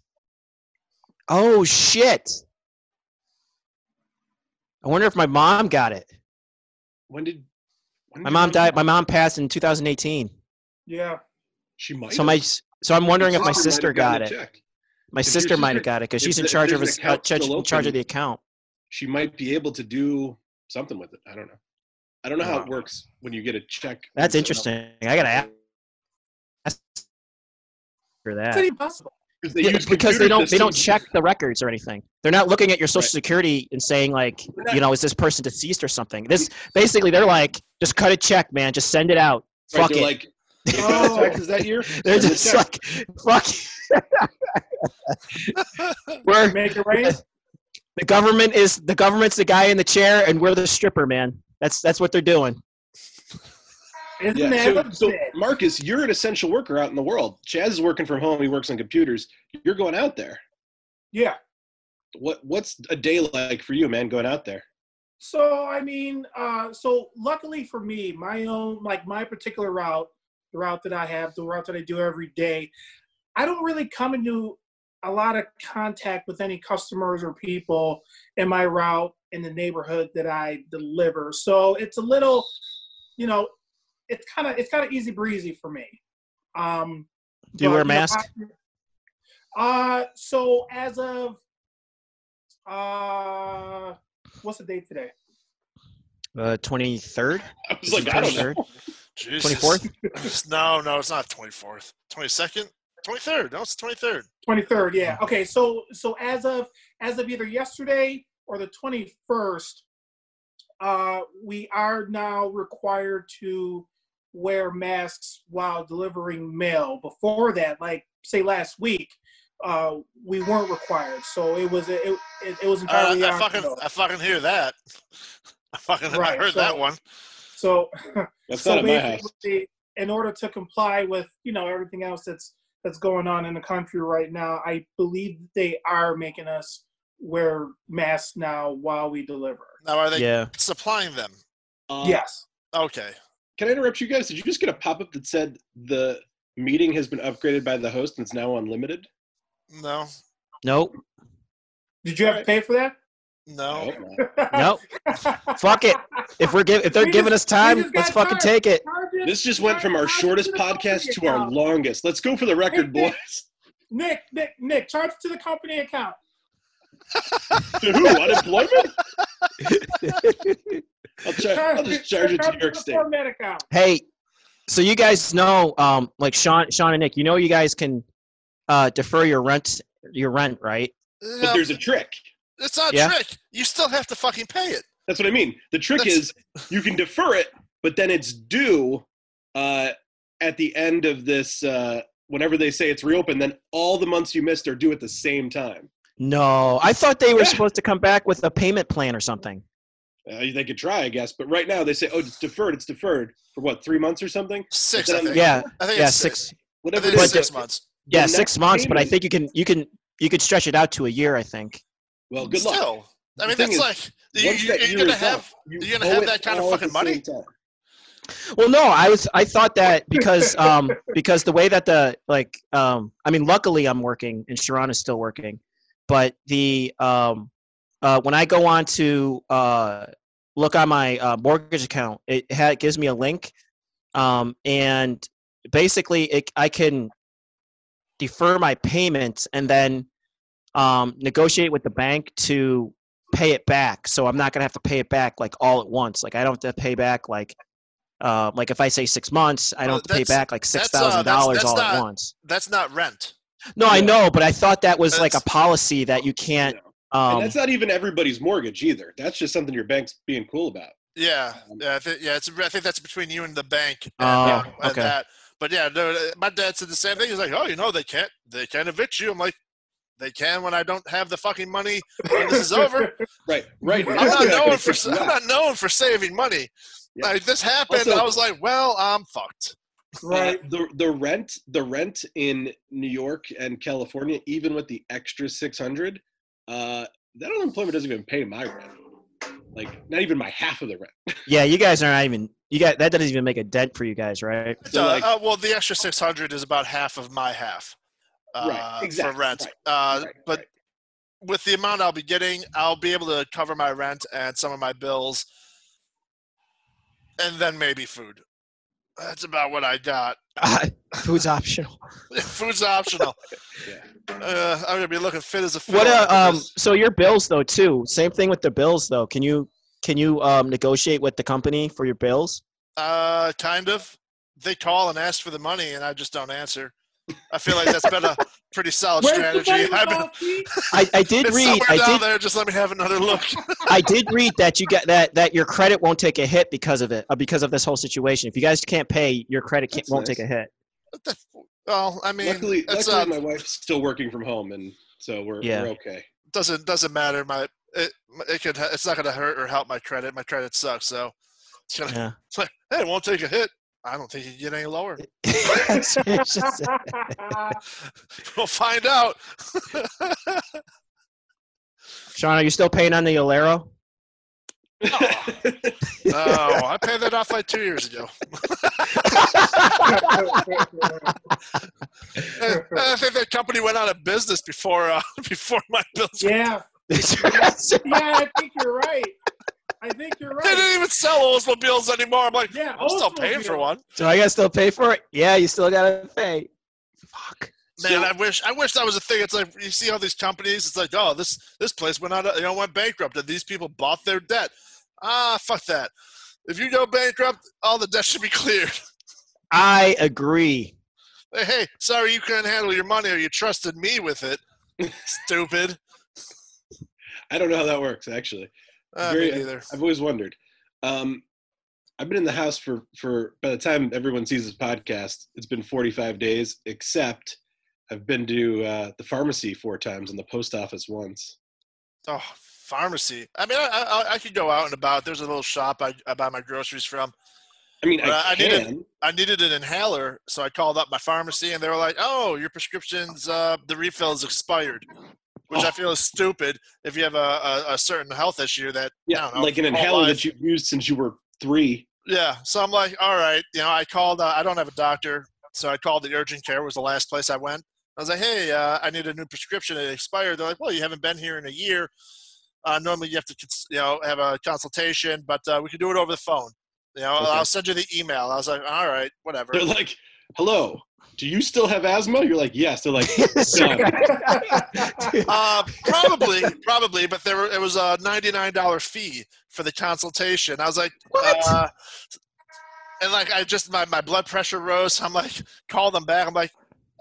Speaker 2: Oh shit! I wonder if my mom got it.
Speaker 1: When did? When
Speaker 2: My
Speaker 1: did
Speaker 2: mom
Speaker 1: you-
Speaker 2: died. My mom passed in 2018.
Speaker 4: Yeah.
Speaker 1: She might.
Speaker 2: So
Speaker 1: have.
Speaker 2: my so I'm wondering
Speaker 1: Your
Speaker 2: if my
Speaker 1: sister might
Speaker 2: sister
Speaker 1: have gotten
Speaker 2: got
Speaker 1: a
Speaker 2: it.
Speaker 1: check.
Speaker 2: My
Speaker 1: If your
Speaker 2: sister might
Speaker 1: sister-
Speaker 2: have got it because
Speaker 1: if
Speaker 2: she's in
Speaker 1: the- if
Speaker 2: charge
Speaker 1: there's
Speaker 2: of
Speaker 1: an
Speaker 2: his, uh,
Speaker 1: account
Speaker 2: judge,
Speaker 1: still
Speaker 2: in charge of
Speaker 1: open-
Speaker 2: the account.
Speaker 1: She might be able to do something with it. I don't know. I don't know how it
Speaker 2: Wow.
Speaker 1: works when you get a check. from
Speaker 2: That's
Speaker 1: someone
Speaker 2: interesting. I gotta ask for
Speaker 4: It's
Speaker 2: that.
Speaker 4: not impossible.
Speaker 1: else.
Speaker 2: Yeah,
Speaker 1: use
Speaker 2: because
Speaker 1: computer
Speaker 2: they don't they don't
Speaker 1: systems.
Speaker 2: check the records or anything. They're not looking at your social
Speaker 1: Right.
Speaker 2: security and saying like,
Speaker 1: They're not-
Speaker 2: you know, is this person deceased or something? This basically they're like, just cut a check, man. Just send it out.
Speaker 1: Right,
Speaker 2: Fuck
Speaker 1: they're
Speaker 2: it.
Speaker 1: like, "You filed
Speaker 4: Oh.
Speaker 1: taxes that year?
Speaker 2: they're
Speaker 1: Send the
Speaker 2: just
Speaker 1: check."
Speaker 2: like, fuck. it." we're
Speaker 4: Make it rain.
Speaker 2: the government is the government's the guy in the chair, and we're the stripper, man. That's that's what they're doing.
Speaker 4: Isn't
Speaker 1: Yeah, so,
Speaker 4: that
Speaker 1: so
Speaker 4: upset?
Speaker 1: Marcus, you're an essential worker out in the world. Chaz is working from home. He works on computers. You're going out there.
Speaker 4: Yeah.
Speaker 1: What What's a day like for you, man? Going out there?
Speaker 4: So I mean, uh, so luckily for me, my own like my particular route, the route that I have, the route that I do every day, I don't really come into a lot of contact with any customers or people in my route in the neighborhood that I deliver. So it's a little, you know, it's kind of it's kind of easy breezy for me. Um,
Speaker 2: Do you
Speaker 4: but,
Speaker 2: wear a
Speaker 4: know,
Speaker 2: mask?
Speaker 4: I- uh, so as of uh, what's the date today?
Speaker 2: Uh, twenty third.
Speaker 1: I was like, I don't know.
Speaker 3: Jesus.
Speaker 2: Twenty fourth.
Speaker 3: No, no, it's not twenty fourth. Twenty second, twenty third. No, it's twenty third.
Speaker 4: 23rd yeah okay so so as of as of either yesterday or the 21st uh we are now required to wear masks while delivering mail before that like say last week uh we weren't required so it was it it, it was
Speaker 3: Uh,
Speaker 4: entirely
Speaker 3: I fucking,
Speaker 4: optional.
Speaker 3: I fucking hear that. I fucking,
Speaker 4: Right,
Speaker 3: I heard
Speaker 4: so-
Speaker 3: that one.
Speaker 4: so
Speaker 1: That's
Speaker 4: so
Speaker 1: not at my house.
Speaker 4: basically, in order to comply with you know everything else that's that's going on in the country right now, I believe they are making us wear masks now while we deliver.
Speaker 3: Now are they
Speaker 2: Yeah.
Speaker 3: supplying them?
Speaker 1: Uh,
Speaker 4: yes.
Speaker 3: Okay.
Speaker 1: Can I interrupt you guys? Did you just get a pop up that said the meeting has been upgraded by the host and it's now unlimited?
Speaker 3: No.
Speaker 2: Nope.
Speaker 4: Did you have to pay for that?
Speaker 1: I
Speaker 3: No.
Speaker 1: hope not.
Speaker 2: Nope. Fuck it. If we're give, if they're
Speaker 4: We
Speaker 2: giving us time,
Speaker 4: just
Speaker 2: let's
Speaker 4: got
Speaker 2: fucking
Speaker 4: time.
Speaker 2: take it.
Speaker 4: Charges-
Speaker 1: This just went from our
Speaker 4: charges
Speaker 1: shortest
Speaker 4: the company
Speaker 1: podcast to our
Speaker 4: account.
Speaker 1: longest. Let's go for the record, boys.
Speaker 4: Nick, Nick, Nick, charge to the company account.
Speaker 1: to who? Unemployment? I'll, char- I'll just charge it to New York
Speaker 4: the
Speaker 1: State.
Speaker 4: format account.
Speaker 2: Hey, so you guys know, um, like Sean, Sean and Nick, you know, you guys can uh, defer your rent, your rent, right?
Speaker 1: But there's a trick.
Speaker 3: it's not a
Speaker 2: Yeah.
Speaker 3: trick. You still have to fucking pay it.
Speaker 1: That's what I mean. The trick
Speaker 3: That's-
Speaker 1: is you can defer it, but then it's due uh, at the end of this. Uh, whenever they say it's reopened, then all the months you missed are due at the same time.
Speaker 2: No, I thought they were
Speaker 1: Yeah.
Speaker 2: supposed to come back with a payment plan or something.
Speaker 1: Uh, they could try, I guess, but right now they say, "Oh, it's deferred. It's deferred for what? Three months or something?
Speaker 3: Six,
Speaker 1: But
Speaker 3: I
Speaker 1: then-
Speaker 3: think.
Speaker 2: Yeah,
Speaker 3: I think
Speaker 2: yeah,
Speaker 3: it's six.
Speaker 2: six,
Speaker 3: I
Speaker 1: Whatever
Speaker 3: think
Speaker 1: it
Speaker 3: it's
Speaker 1: is."
Speaker 2: But
Speaker 3: six
Speaker 2: the-
Speaker 3: months.
Speaker 2: yeah,
Speaker 1: The
Speaker 2: six
Speaker 1: next
Speaker 2: months. But I
Speaker 1: payment-
Speaker 2: think you can, you can, you could stretch it out to a year. I think.
Speaker 1: Well, good luck.
Speaker 3: Mm, Still, I
Speaker 1: The
Speaker 3: mean,
Speaker 1: thing
Speaker 3: that's
Speaker 1: is,
Speaker 3: like you,
Speaker 1: Once
Speaker 3: you,
Speaker 1: that
Speaker 3: you're
Speaker 1: year
Speaker 3: gonna
Speaker 1: is
Speaker 3: have.
Speaker 1: up, you
Speaker 3: you're gonna
Speaker 1: owe
Speaker 3: have
Speaker 1: it
Speaker 3: that kind of
Speaker 1: all at the
Speaker 3: fucking money?
Speaker 1: same time.
Speaker 2: Well, no, I was, I thought that because, um, because the way that the like, um, I mean, luckily I'm working and Sharon is still working, but the, um, uh, when I go on to uh, look on my uh, mortgage account, it ha- gives me a link, um, and basically it, I can defer my payments and then um, negotiate with the bank to pay it back. So I'm not gonna have to pay it back like all at once. Like I don't have to pay back like uh, like if I say six months, I
Speaker 3: Well,
Speaker 2: don't have to pay
Speaker 3: that's-
Speaker 2: back like six
Speaker 3: that's, uh,
Speaker 2: thousand
Speaker 3: that's-
Speaker 2: dollars
Speaker 3: that's
Speaker 2: all at
Speaker 3: not-
Speaker 2: once.
Speaker 3: That's not rent.
Speaker 2: No, I
Speaker 1: Yeah.
Speaker 2: know, but I thought that was like a
Speaker 3: That's-
Speaker 2: policy that you can't. Um,
Speaker 1: and that's not even everybody's mortgage either. That's just something your bank's being cool about.
Speaker 3: Yeah,
Speaker 1: Um,
Speaker 3: yeah, I think, yeah. It's I think that's between you and the bank. And,
Speaker 2: Oh,
Speaker 3: uh, and
Speaker 2: okay.
Speaker 3: that. But yeah, no, uh, my dad said the same thing. He's like, "Oh, you know, they can't, they can't evict you." I'm like, "They can when I don't have the fucking money when this is over."
Speaker 1: Right, right.
Speaker 3: I'm not
Speaker 1: They're gonna
Speaker 3: known for
Speaker 1: fix Uh,
Speaker 3: I'm
Speaker 1: that.
Speaker 3: not known for saving money.
Speaker 1: Yeah.
Speaker 3: Like this happened,
Speaker 1: Also-
Speaker 3: I was like, "Well, I'm fucked."
Speaker 1: Uh,
Speaker 4: Right.
Speaker 1: the the rent the rent in New York and California, even with the extra six hundred, uh, that unemployment doesn't even pay my rent. Like not even my half of the rent.
Speaker 2: yeah, you guys are not even. You got that doesn't even make a dent for you guys, right?
Speaker 1: So,
Speaker 3: Uh,
Speaker 1: like-
Speaker 3: uh, well, the extra six hundred is about half of my half uh,
Speaker 1: Right, exactly,
Speaker 3: for rent.
Speaker 1: right,
Speaker 3: Uh,
Speaker 1: Right,
Speaker 3: but
Speaker 1: right.
Speaker 3: with the amount I'll be getting, I'll be able to cover my rent and some of my bills, and then maybe food. That's about what I got.
Speaker 2: food's optional.
Speaker 3: Food's optional.
Speaker 1: Yeah.
Speaker 3: uh, I'm gonna be looking fit as a fiddle.
Speaker 2: What uh,
Speaker 3: after
Speaker 2: um?
Speaker 3: this.
Speaker 2: So your bills though too. Same thing with the bills though. Can you can you um negotiate with the company for your bills?
Speaker 3: Uh, kind of. They call and ask for the money, and I just don't answer. I feel like that's been a pretty solid
Speaker 4: Where's the
Speaker 3: strategy.
Speaker 4: money,
Speaker 3: I've been,
Speaker 4: Ralphie?
Speaker 2: I, I did
Speaker 3: it's
Speaker 2: read
Speaker 3: somewhere
Speaker 2: I
Speaker 3: down
Speaker 2: did
Speaker 3: there. Just let me have another look.
Speaker 2: I did read that you get that that your credit won't take a hit because of it uh, because of this whole situation. If you guys can't pay, your credit can't,
Speaker 1: That's
Speaker 2: won't
Speaker 1: nice.
Speaker 2: take a hit.
Speaker 3: well, I mean,
Speaker 1: luckily,
Speaker 3: it's,
Speaker 1: luckily
Speaker 3: uh,
Speaker 1: my wife's still working from home, and so we're
Speaker 2: Yeah.
Speaker 1: we're okay.
Speaker 3: doesn't doesn't matter. My it, it could it's not gonna hurt or help my credit. My credit sucks, so it's gonna
Speaker 2: Yeah.
Speaker 3: it's like, hey, it won't take a hit. I don't think you can get any lower.
Speaker 2: That's what it's just-
Speaker 3: we'll find out.
Speaker 2: Sean, are you still paying on the Alero?
Speaker 3: oh, I paid that off like two years ago. I, I think that company went out of business before uh, before my bills.
Speaker 4: yeah. Yeah, I think you're right. I think you're
Speaker 3: They
Speaker 4: right.
Speaker 3: didn't even sell Oldsmobiles anymore. I'm like,
Speaker 4: Yeah,
Speaker 3: I'm still paying for
Speaker 4: Oldsmobile.
Speaker 3: one.
Speaker 2: so I gotta still pay for it? Yeah, you still gotta pay. Fuck.
Speaker 3: Man,
Speaker 1: So-
Speaker 3: I wish I wish that was a thing. It's like you see all these companies. It's like, oh, this this place went out, you know, went bankrupt, and these people bought their debt. Ah, fuck that. If you go bankrupt, all the debt should be cleared.
Speaker 2: I agree.
Speaker 3: Like, hey, sorry you couldn't handle your money, or you trusted me with it. Stupid.
Speaker 1: I don't know how that works actually.
Speaker 3: Uh,
Speaker 1: Very-
Speaker 3: me neither.
Speaker 1: I've always wondered. Um, I've been in the house for for by the time everyone sees this podcast, it's been 45 days. Except I've been to uh, the pharmacy four times and the post office once.
Speaker 3: Oh, pharmacy. I mean, I, I I could go out and about. There's a little shop I, I buy my groceries from.
Speaker 1: I mean,
Speaker 3: Well,
Speaker 1: I
Speaker 3: I didn't-
Speaker 1: can.
Speaker 3: I needed an inhaler, so I called up my pharmacy, and they were like, "Oh, your prescription's uh, the refill is expired," which I
Speaker 1: Oh.
Speaker 3: feel is stupid if you have a, a, a certain health issue that I
Speaker 1: yeah,
Speaker 3: don't know,
Speaker 1: like an
Speaker 3: whole
Speaker 1: inhaler
Speaker 3: life.
Speaker 1: that you've used since you were three.
Speaker 3: yeah. So I'm like, "All right," you know. I called. Uh, I don't have a doctor, so I called the urgent care. Was the last place I went. I was like, "Hey, uh, I need a new prescription. It expired." They're like, "Well, you haven't been here in a year. Uh, normally, you have to cons- you know have a consultation, but uh, we can do it over the phone." You know,
Speaker 1: Okay.
Speaker 3: I'll send you the email. I was like, "All right, whatever."
Speaker 1: They're like, "Hello, do you still have asthma?" You're like, "Yes." They're like,
Speaker 3: Uh, probably, probably, but there were, it was a ninety-nine dollar fee for the consultation. I was like,
Speaker 2: What?
Speaker 3: Uh, and like, I just my, my blood pressure rose. I'm like, call them back. I'm like,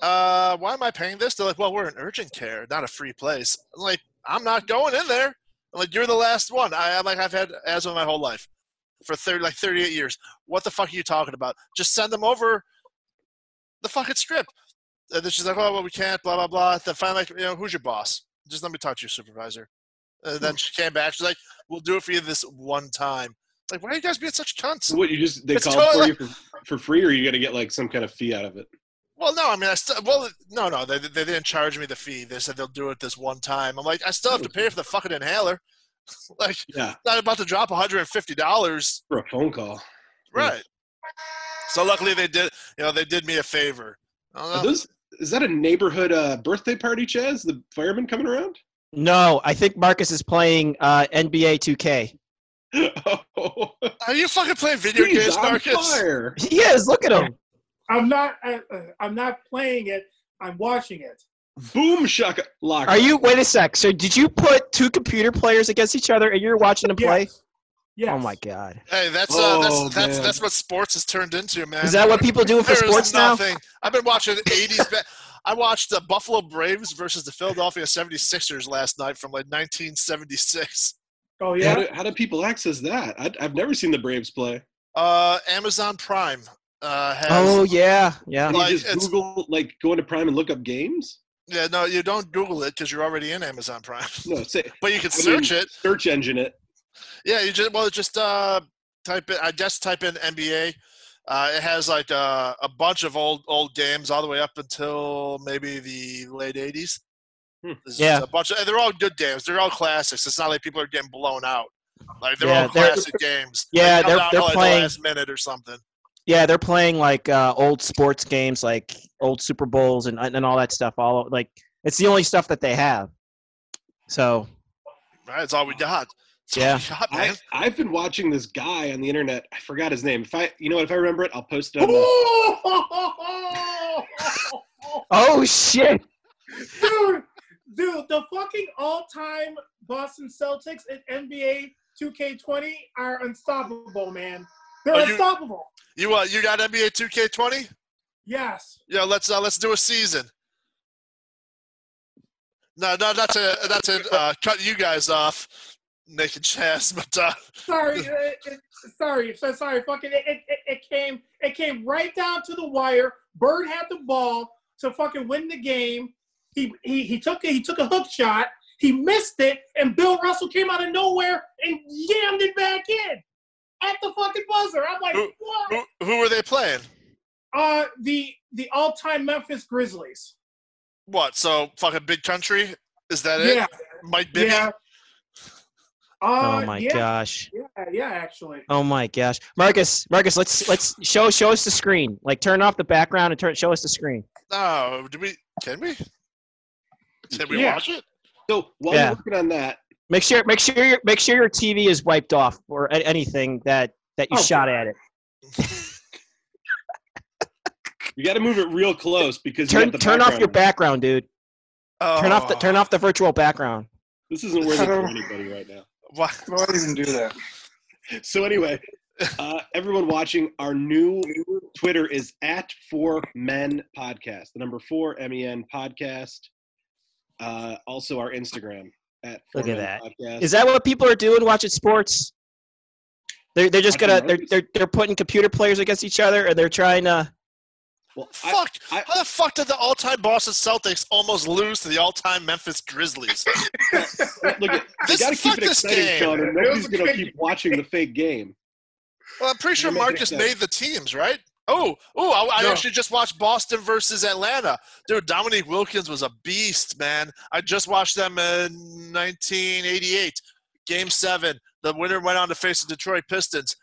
Speaker 3: uh, why am I paying this? They're like, well, we're in urgent care, not a free place. I'm like, I'm not going in there. I'm like, you're the last one. I, I'm like, I've had asthma my whole life for 30, like 38 years. What the fuck are you talking about? Just send them over the fucking script. And then she's like, oh, well, we can't, blah, blah, blah. Then finally, you know, who's your boss? Just let me talk to your supervisor. And then she came back. She's like, "We'll do it for you this one time." Like, why are you guys being such cunts?
Speaker 1: So what you just they
Speaker 3: It's
Speaker 1: call
Speaker 3: totally-
Speaker 1: for you for, for free, or you got to get like some kind of fee out of it?
Speaker 3: Well, no, I mean, I still. Well, no, no, they, they didn't charge me the fee. They said they'll do it this one time. I'm like, I still have to pay for the fucking inhaler. like,
Speaker 1: Yeah,
Speaker 3: not about to drop 150 dollars,
Speaker 1: for a phone call.
Speaker 3: right? So luckily they did. You know, they did me a favor. I don't
Speaker 1: Are
Speaker 3: know.
Speaker 1: those is that a neighborhood uh, birthday party, Chaz? The firemen coming around?
Speaker 2: No, I think Marcus is playing uh, NBA 2K.
Speaker 1: oh,
Speaker 3: Are you fucking playing video
Speaker 1: he's
Speaker 3: games,
Speaker 1: on
Speaker 3: Marcus?
Speaker 1: fire!
Speaker 2: He is. Look at him.
Speaker 4: I'm not. I, uh, I'm not playing it. I'm watching it.
Speaker 1: Boom shaka lock.
Speaker 2: Are you? Wait a sec. So did you put two computer players against each other and you're watching them play?
Speaker 4: Yes. Yes.
Speaker 2: Oh my god.
Speaker 3: Hey, that's uh,
Speaker 1: Oh,
Speaker 3: that's that's
Speaker 1: man.
Speaker 3: that's what sports has turned into, man.
Speaker 2: Is that what people do for
Speaker 3: There is
Speaker 2: sports now?
Speaker 3: nothing. I've been watching 80s. ba- I watched the Buffalo Braves versus the Philadelphia 76ers last night from like 1976.
Speaker 4: Oh
Speaker 1: How
Speaker 4: yeah.
Speaker 1: do, how do people access that? I, I've never seen the Braves play.
Speaker 3: Uh, Amazon Prime uh, has.
Speaker 2: Oh yeah, yeah.
Speaker 1: Can
Speaker 3: Like,
Speaker 1: you just
Speaker 3: it's-
Speaker 1: Google like go into Prime and look up games?
Speaker 3: Yeah, no, you don't Google it because you're already in Amazon Prime,
Speaker 1: No, say
Speaker 3: but you can
Speaker 1: I mean-
Speaker 3: search it.
Speaker 1: search engine it.
Speaker 3: Yeah, you just well just uh type it. I just type in NBA. Uh, it has like uh, a bunch of old old games all the way up until maybe the late '80s.
Speaker 1: Hmm.
Speaker 3: There's
Speaker 2: Yeah.
Speaker 3: a bunch of, and they're all good games. They're all classics. It's not like people are getting blown out. Like they're
Speaker 2: Yeah,
Speaker 3: all
Speaker 2: they're-
Speaker 3: classic games.
Speaker 2: Yeah,
Speaker 3: They come
Speaker 2: they're-
Speaker 3: down
Speaker 2: they're
Speaker 3: to, like,
Speaker 2: playing-
Speaker 3: the last minute or something.
Speaker 2: Yeah, they're playing like uh, old sports games, like old Super Bowls and and all that stuff. All like it's the only stuff that they have. So
Speaker 3: Right, that's all we got. That's all
Speaker 2: Yeah.
Speaker 3: we got, man.
Speaker 1: I, I've been watching this guy on the internet. I forgot his name. If I, you know what, if I remember it, I'll post it on the.
Speaker 2: oh
Speaker 3: Uh,
Speaker 2: shit,
Speaker 4: dude, dude, the fucking all-time Boston Celtics in NBA 2K20 are unstoppable, man. They're
Speaker 3: Are you-
Speaker 4: unstoppable.
Speaker 3: you uh, you got NBA 2K20?
Speaker 4: Yes.
Speaker 3: Yeah, let's uh, let's do a season. No, no, not to not to uh, cut you guys off, Nick and Chaz, but uh,
Speaker 4: Sorry, it, it, sorry, so sorry. Fucking, it, it, it came, it came right down to the wire. Bird had the ball to fucking win the game. He he he took a, he took a hook shot. He missed it, and Bill Russell came out of nowhere and yammed it back in at the fucking buzzer. I'm like,
Speaker 3: Who-
Speaker 4: what?
Speaker 3: who who were they playing?
Speaker 4: Uh, the the all-time Memphis Grizzlies.
Speaker 3: What? So fucking big country? Is that it?
Speaker 4: Yeah,
Speaker 3: Mike Bibby?
Speaker 4: yeah. Uh,
Speaker 2: oh my
Speaker 4: yeah,
Speaker 2: gosh.
Speaker 4: Yeah, yeah, actually.
Speaker 2: Oh my gosh, Marcus, Marcus, let's let's show show us the screen. Like turn off the background and turn show us the screen.
Speaker 3: No, do we? Can we? Can we
Speaker 4: Yeah.
Speaker 3: watch it?
Speaker 1: So while
Speaker 2: Yeah.
Speaker 1: we're working on that,
Speaker 2: Make sure make sure your make sure your TV is wiped off or a- anything that that you
Speaker 4: Oh,
Speaker 2: shot at it.
Speaker 1: you got to move it real close because you
Speaker 2: Turn
Speaker 1: got the
Speaker 2: turn off your
Speaker 1: background.
Speaker 2: background, dude. Turn off the
Speaker 3: Oh,
Speaker 2: turn off the virtual background.
Speaker 1: This isn't worth it for anybody right now.
Speaker 3: Why?
Speaker 5: Don't even do that.
Speaker 1: So anyway, uh, everyone watching, our new Twitter is at Four Men Podcast, the number four M E N Podcast. Uh, also, our Instagram at Four
Speaker 2: Look
Speaker 1: Men
Speaker 2: at that.
Speaker 1: Podcast.
Speaker 2: Is that what people are doing watching sports? They're they're just
Speaker 1: Watching
Speaker 2: gonna they're
Speaker 1: movies?
Speaker 2: they're they're putting computer players against each other and they're trying to.
Speaker 1: well, I-
Speaker 3: Fuck!
Speaker 1: I-
Speaker 3: How the fuck did the all-time Boston Celtics almost lose to the all-time Memphis Grizzlies?
Speaker 1: look, at- you
Speaker 3: This-
Speaker 1: got to keep
Speaker 3: fuck
Speaker 1: it
Speaker 3: this
Speaker 1: exciting,
Speaker 3: game.
Speaker 1: Sean, and
Speaker 4: It was
Speaker 1: nobody's going to
Speaker 4: exciting.
Speaker 1: keep watching the fake game.
Speaker 3: Well, I'm pretty sure
Speaker 1: You're making
Speaker 3: Marcus
Speaker 1: it
Speaker 3: made the teams, right? Oh, oh! I, I
Speaker 4: No.
Speaker 3: actually just watched Boston versus Atlanta. Dude, Dominique Wilkins was a beast, man. I just watched them in 1988, Game Seven. The winner went on to face the Detroit Pistons.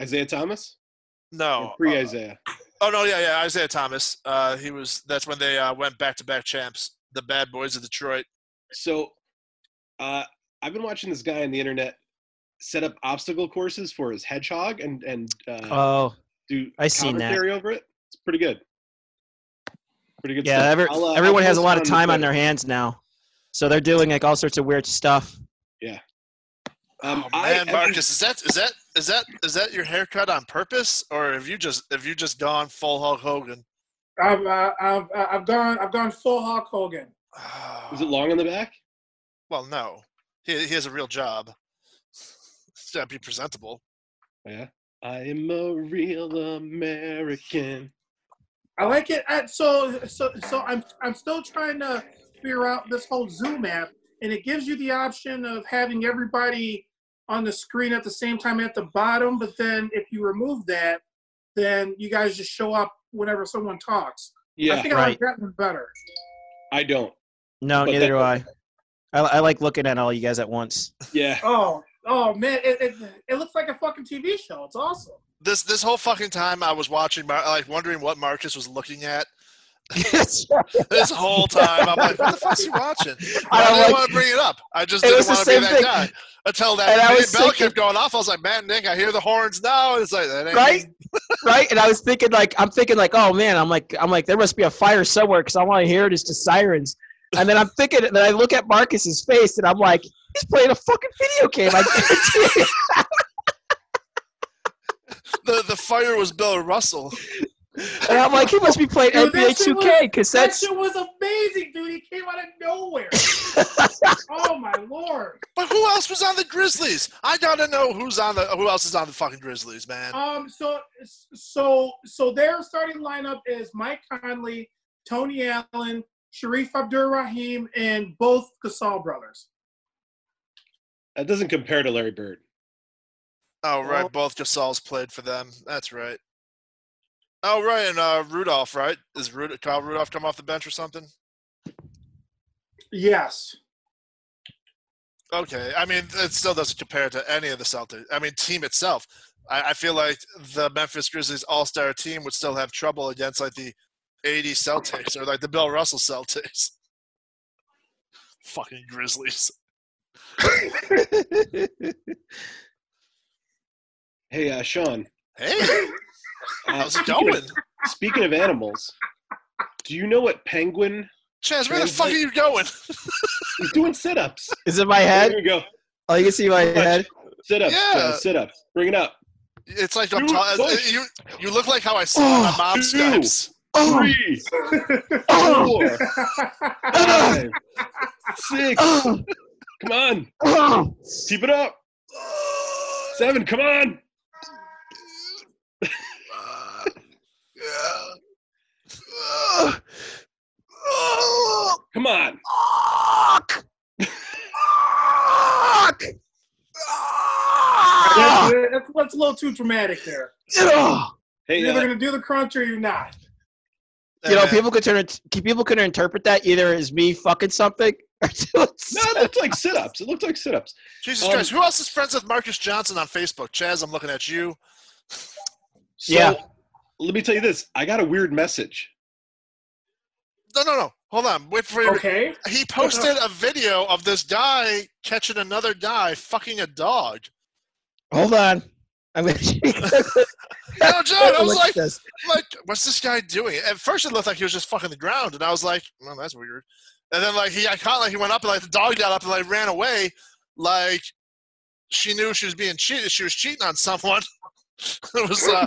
Speaker 1: Isaiah Thomas?
Speaker 3: No,
Speaker 1: Pre
Speaker 3: uh,
Speaker 1: Isaiah.
Speaker 3: oh no, yeah, yeah, Isaiah Thomas. Uh, he was. That's when they uh, went back-to-back champs, the Bad Boys of Detroit.
Speaker 1: So uh, I've been watching this guy on the internet set up obstacle courses for his hedgehog and, and uh,
Speaker 2: Oh
Speaker 1: do
Speaker 2: I seen that.
Speaker 1: commentary over it. It's pretty good. Pretty good
Speaker 2: yeah,
Speaker 1: stuff.
Speaker 2: every,
Speaker 1: I'll, uh, I'll
Speaker 2: everyone has a
Speaker 1: post
Speaker 2: lot
Speaker 1: it
Speaker 2: of time
Speaker 1: the
Speaker 2: on their hands now, so they're doing like all sorts of weird stuff.
Speaker 1: Twitter. Um,
Speaker 3: oh
Speaker 1: I-
Speaker 3: man,
Speaker 1: every-
Speaker 3: Marcus, is that is that is that is that your haircut on purpose, or have you just have you just gone full Hulk Hogan?
Speaker 4: I've uh, I've uh, I've gone I've gone full Hulk Hogan.
Speaker 3: Ah.
Speaker 1: Is it long on the back?
Speaker 3: Well, no. He, he has a real job. He's got to be presentable.
Speaker 1: Yeah. I am a real American.
Speaker 4: I like Uh, it. I, so so so I'm I'm still trying to figure out this whole Zoom app, and it gives you the option of having everybody on the screen at the same time at the bottom. But then if you remove that, then you guys just show up whenever someone talks. I
Speaker 1: Yeah,
Speaker 4: think I like
Speaker 2: right.
Speaker 4: that one better.
Speaker 1: I don't.
Speaker 2: No,
Speaker 1: But
Speaker 2: neither
Speaker 1: that-
Speaker 2: do I. I. I like looking at all you guys at once.
Speaker 1: Yeah,
Speaker 4: Oh, oh man, it, it, it looks like a fucking TV show. It's awesome.
Speaker 3: This this whole fucking time I was watching, Mar- like wondering what Marcus was looking at.
Speaker 2: it
Speaker 3: This whole time I'm like, what the fuck's he watching? I,
Speaker 2: I don't
Speaker 3: didn't
Speaker 2: like-
Speaker 3: want to bring it up. I just
Speaker 2: It
Speaker 3: didn't
Speaker 2: was the
Speaker 3: want to be
Speaker 2: same
Speaker 3: that
Speaker 2: thing.
Speaker 3: guy until
Speaker 2: And I
Speaker 3: that minute
Speaker 2: was
Speaker 3: bell
Speaker 2: thinking-
Speaker 3: kept going off. I was like, man, Nick, I hear the horns now. And it's like that ain't
Speaker 2: Right? right? And I was thinking like I'm thinking like, oh man, I'm like I'm like there must be a fire somewhere because I want to hear it. It's just sirens. And then I'm thinking, and then I look at Marcus's face, and I'm like, he's playing a fucking video game. I guarantee it.
Speaker 3: The the fire was Bill Russell.
Speaker 2: And I'm like, he must be playing
Speaker 4: Dude, that
Speaker 2: NBA
Speaker 4: shit was-
Speaker 2: 2K because
Speaker 4: That
Speaker 2: that's
Speaker 4: shit was amazing, dude. He came out of nowhere. oh my lord.
Speaker 3: But who else was on the Grizzlies? I gotta know who's on the who else is on the fucking Grizzlies, man.
Speaker 4: Um. So so so their starting lineup is Mike Conley, Tony Allen, Sharif Abdurrahim, and both Gasol brothers.
Speaker 1: that doesn't compare to Larry Bird.
Speaker 3: Oh right,
Speaker 4: Well-
Speaker 3: both Gasols played for them. That's right. Oh right, and uh, Rudolph, right? Is Rud- Kyle Rudolph come off the bench or something?
Speaker 4: Yes.
Speaker 3: Okay, I mean it still doesn't compare to any of the Celtics. I mean team itself. I, I feel like the Memphis Grizzlies All Star team would still have trouble against like the '80 Celtics or like the Bill Russell Celtics. Fucking Grizzlies.
Speaker 1: Hey, uh, Sean.
Speaker 3: Hey,
Speaker 1: Uh,
Speaker 3: how's it
Speaker 1: speaking
Speaker 3: going?
Speaker 1: Of, speaking of animals, do you know what penguin?
Speaker 3: Chaz, where the fuck are you going?
Speaker 1: He's doing sit-ups.
Speaker 2: is in my head.
Speaker 1: There you go.
Speaker 2: Oh, you can see my head.
Speaker 1: Sit-ups.
Speaker 3: Yeah.
Speaker 1: John, sit-ups. Bring it up.
Speaker 3: It's like I'm
Speaker 1: You
Speaker 3: ta-
Speaker 1: push.
Speaker 3: you. You look like how I saw my
Speaker 2: Oh,
Speaker 3: mom's
Speaker 1: you.
Speaker 3: steps.
Speaker 2: Oh,
Speaker 1: Three,
Speaker 2: oh,
Speaker 1: four, five, six.
Speaker 2: oh,
Speaker 1: Come on.
Speaker 2: oh.
Speaker 1: Keep it up. Seven. Come on. Come on.
Speaker 2: Fuck! Fuck!
Speaker 4: that's,
Speaker 2: Ah!
Speaker 4: that's, that's a little too dramatic there.
Speaker 2: Ugh.
Speaker 1: Hey,
Speaker 4: You're either
Speaker 1: uh,
Speaker 4: gonna do the crunch or you're not.
Speaker 2: You know,
Speaker 3: Hey, Oh, man.
Speaker 2: people could turn it, people could interpret that either as me fucking something or doing
Speaker 1: no, it looks like sit-ups. It looks like sit-ups.
Speaker 3: Jesus
Speaker 1: Um,
Speaker 3: Christ, who else is friends with Marcus Johnson on Facebook? Chaz, I'm looking at you.
Speaker 1: So,
Speaker 2: Yeah.
Speaker 1: Let me tell you this. I got a weird message.
Speaker 3: No, no, no. Hold on. Wait for your.
Speaker 4: Okay.
Speaker 3: He posted a video of this guy catching another guy fucking a dog.
Speaker 2: Hold on. I'm gonna
Speaker 3: Now, John, I was
Speaker 2: Look at
Speaker 3: like,
Speaker 2: this.
Speaker 3: like, what's this guy doing? At first, it looked like he was just fucking the ground, and I was like, well, that's weird. And then, like, he, I caught, like, he went up, and like, the dog got up and like ran away, like, she knew she was being cheated. She was cheating on someone. it was uh,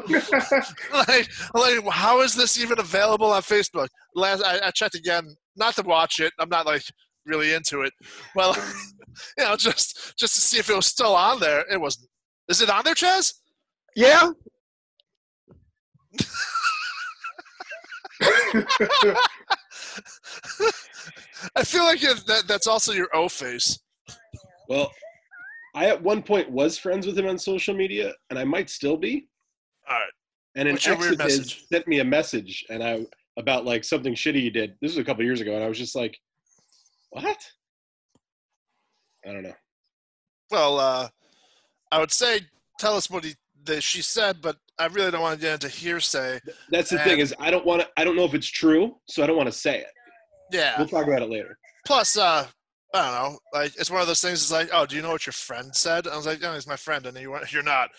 Speaker 3: like, like, how is this even available on Facebook? Last, I, I checked again, not to watch it. I'm not like really into it. Well, you know, just just to see if it was still on there. It wasn't. Is it on there, Chaz?
Speaker 2: Yeah.
Speaker 3: I feel like it, that that's also your O face.
Speaker 1: Well, I at one point was friends with him on social media, and I might still be.
Speaker 3: All right.
Speaker 1: And an
Speaker 3: What's
Speaker 1: ex
Speaker 3: your weird
Speaker 1: of his
Speaker 3: message?
Speaker 1: sent me a message, and I about like something shitty he did. This was a couple years ago, and I was just like, "What?" I don't know.
Speaker 3: Well, uh, I would say tell us what he that she said, but I really don't want to get into hearsay.
Speaker 1: That's the
Speaker 3: Uh,
Speaker 1: thing is, I don't want to. I don't know if it's true, so I don't want to say it.
Speaker 3: Yeah.
Speaker 1: We'll talk about it later.
Speaker 3: Plus, uh, I don't know. Like it's one of those things. It's like, oh, do you know what your friend said? I was like, oh, he's my friend, and you weren't- you're not.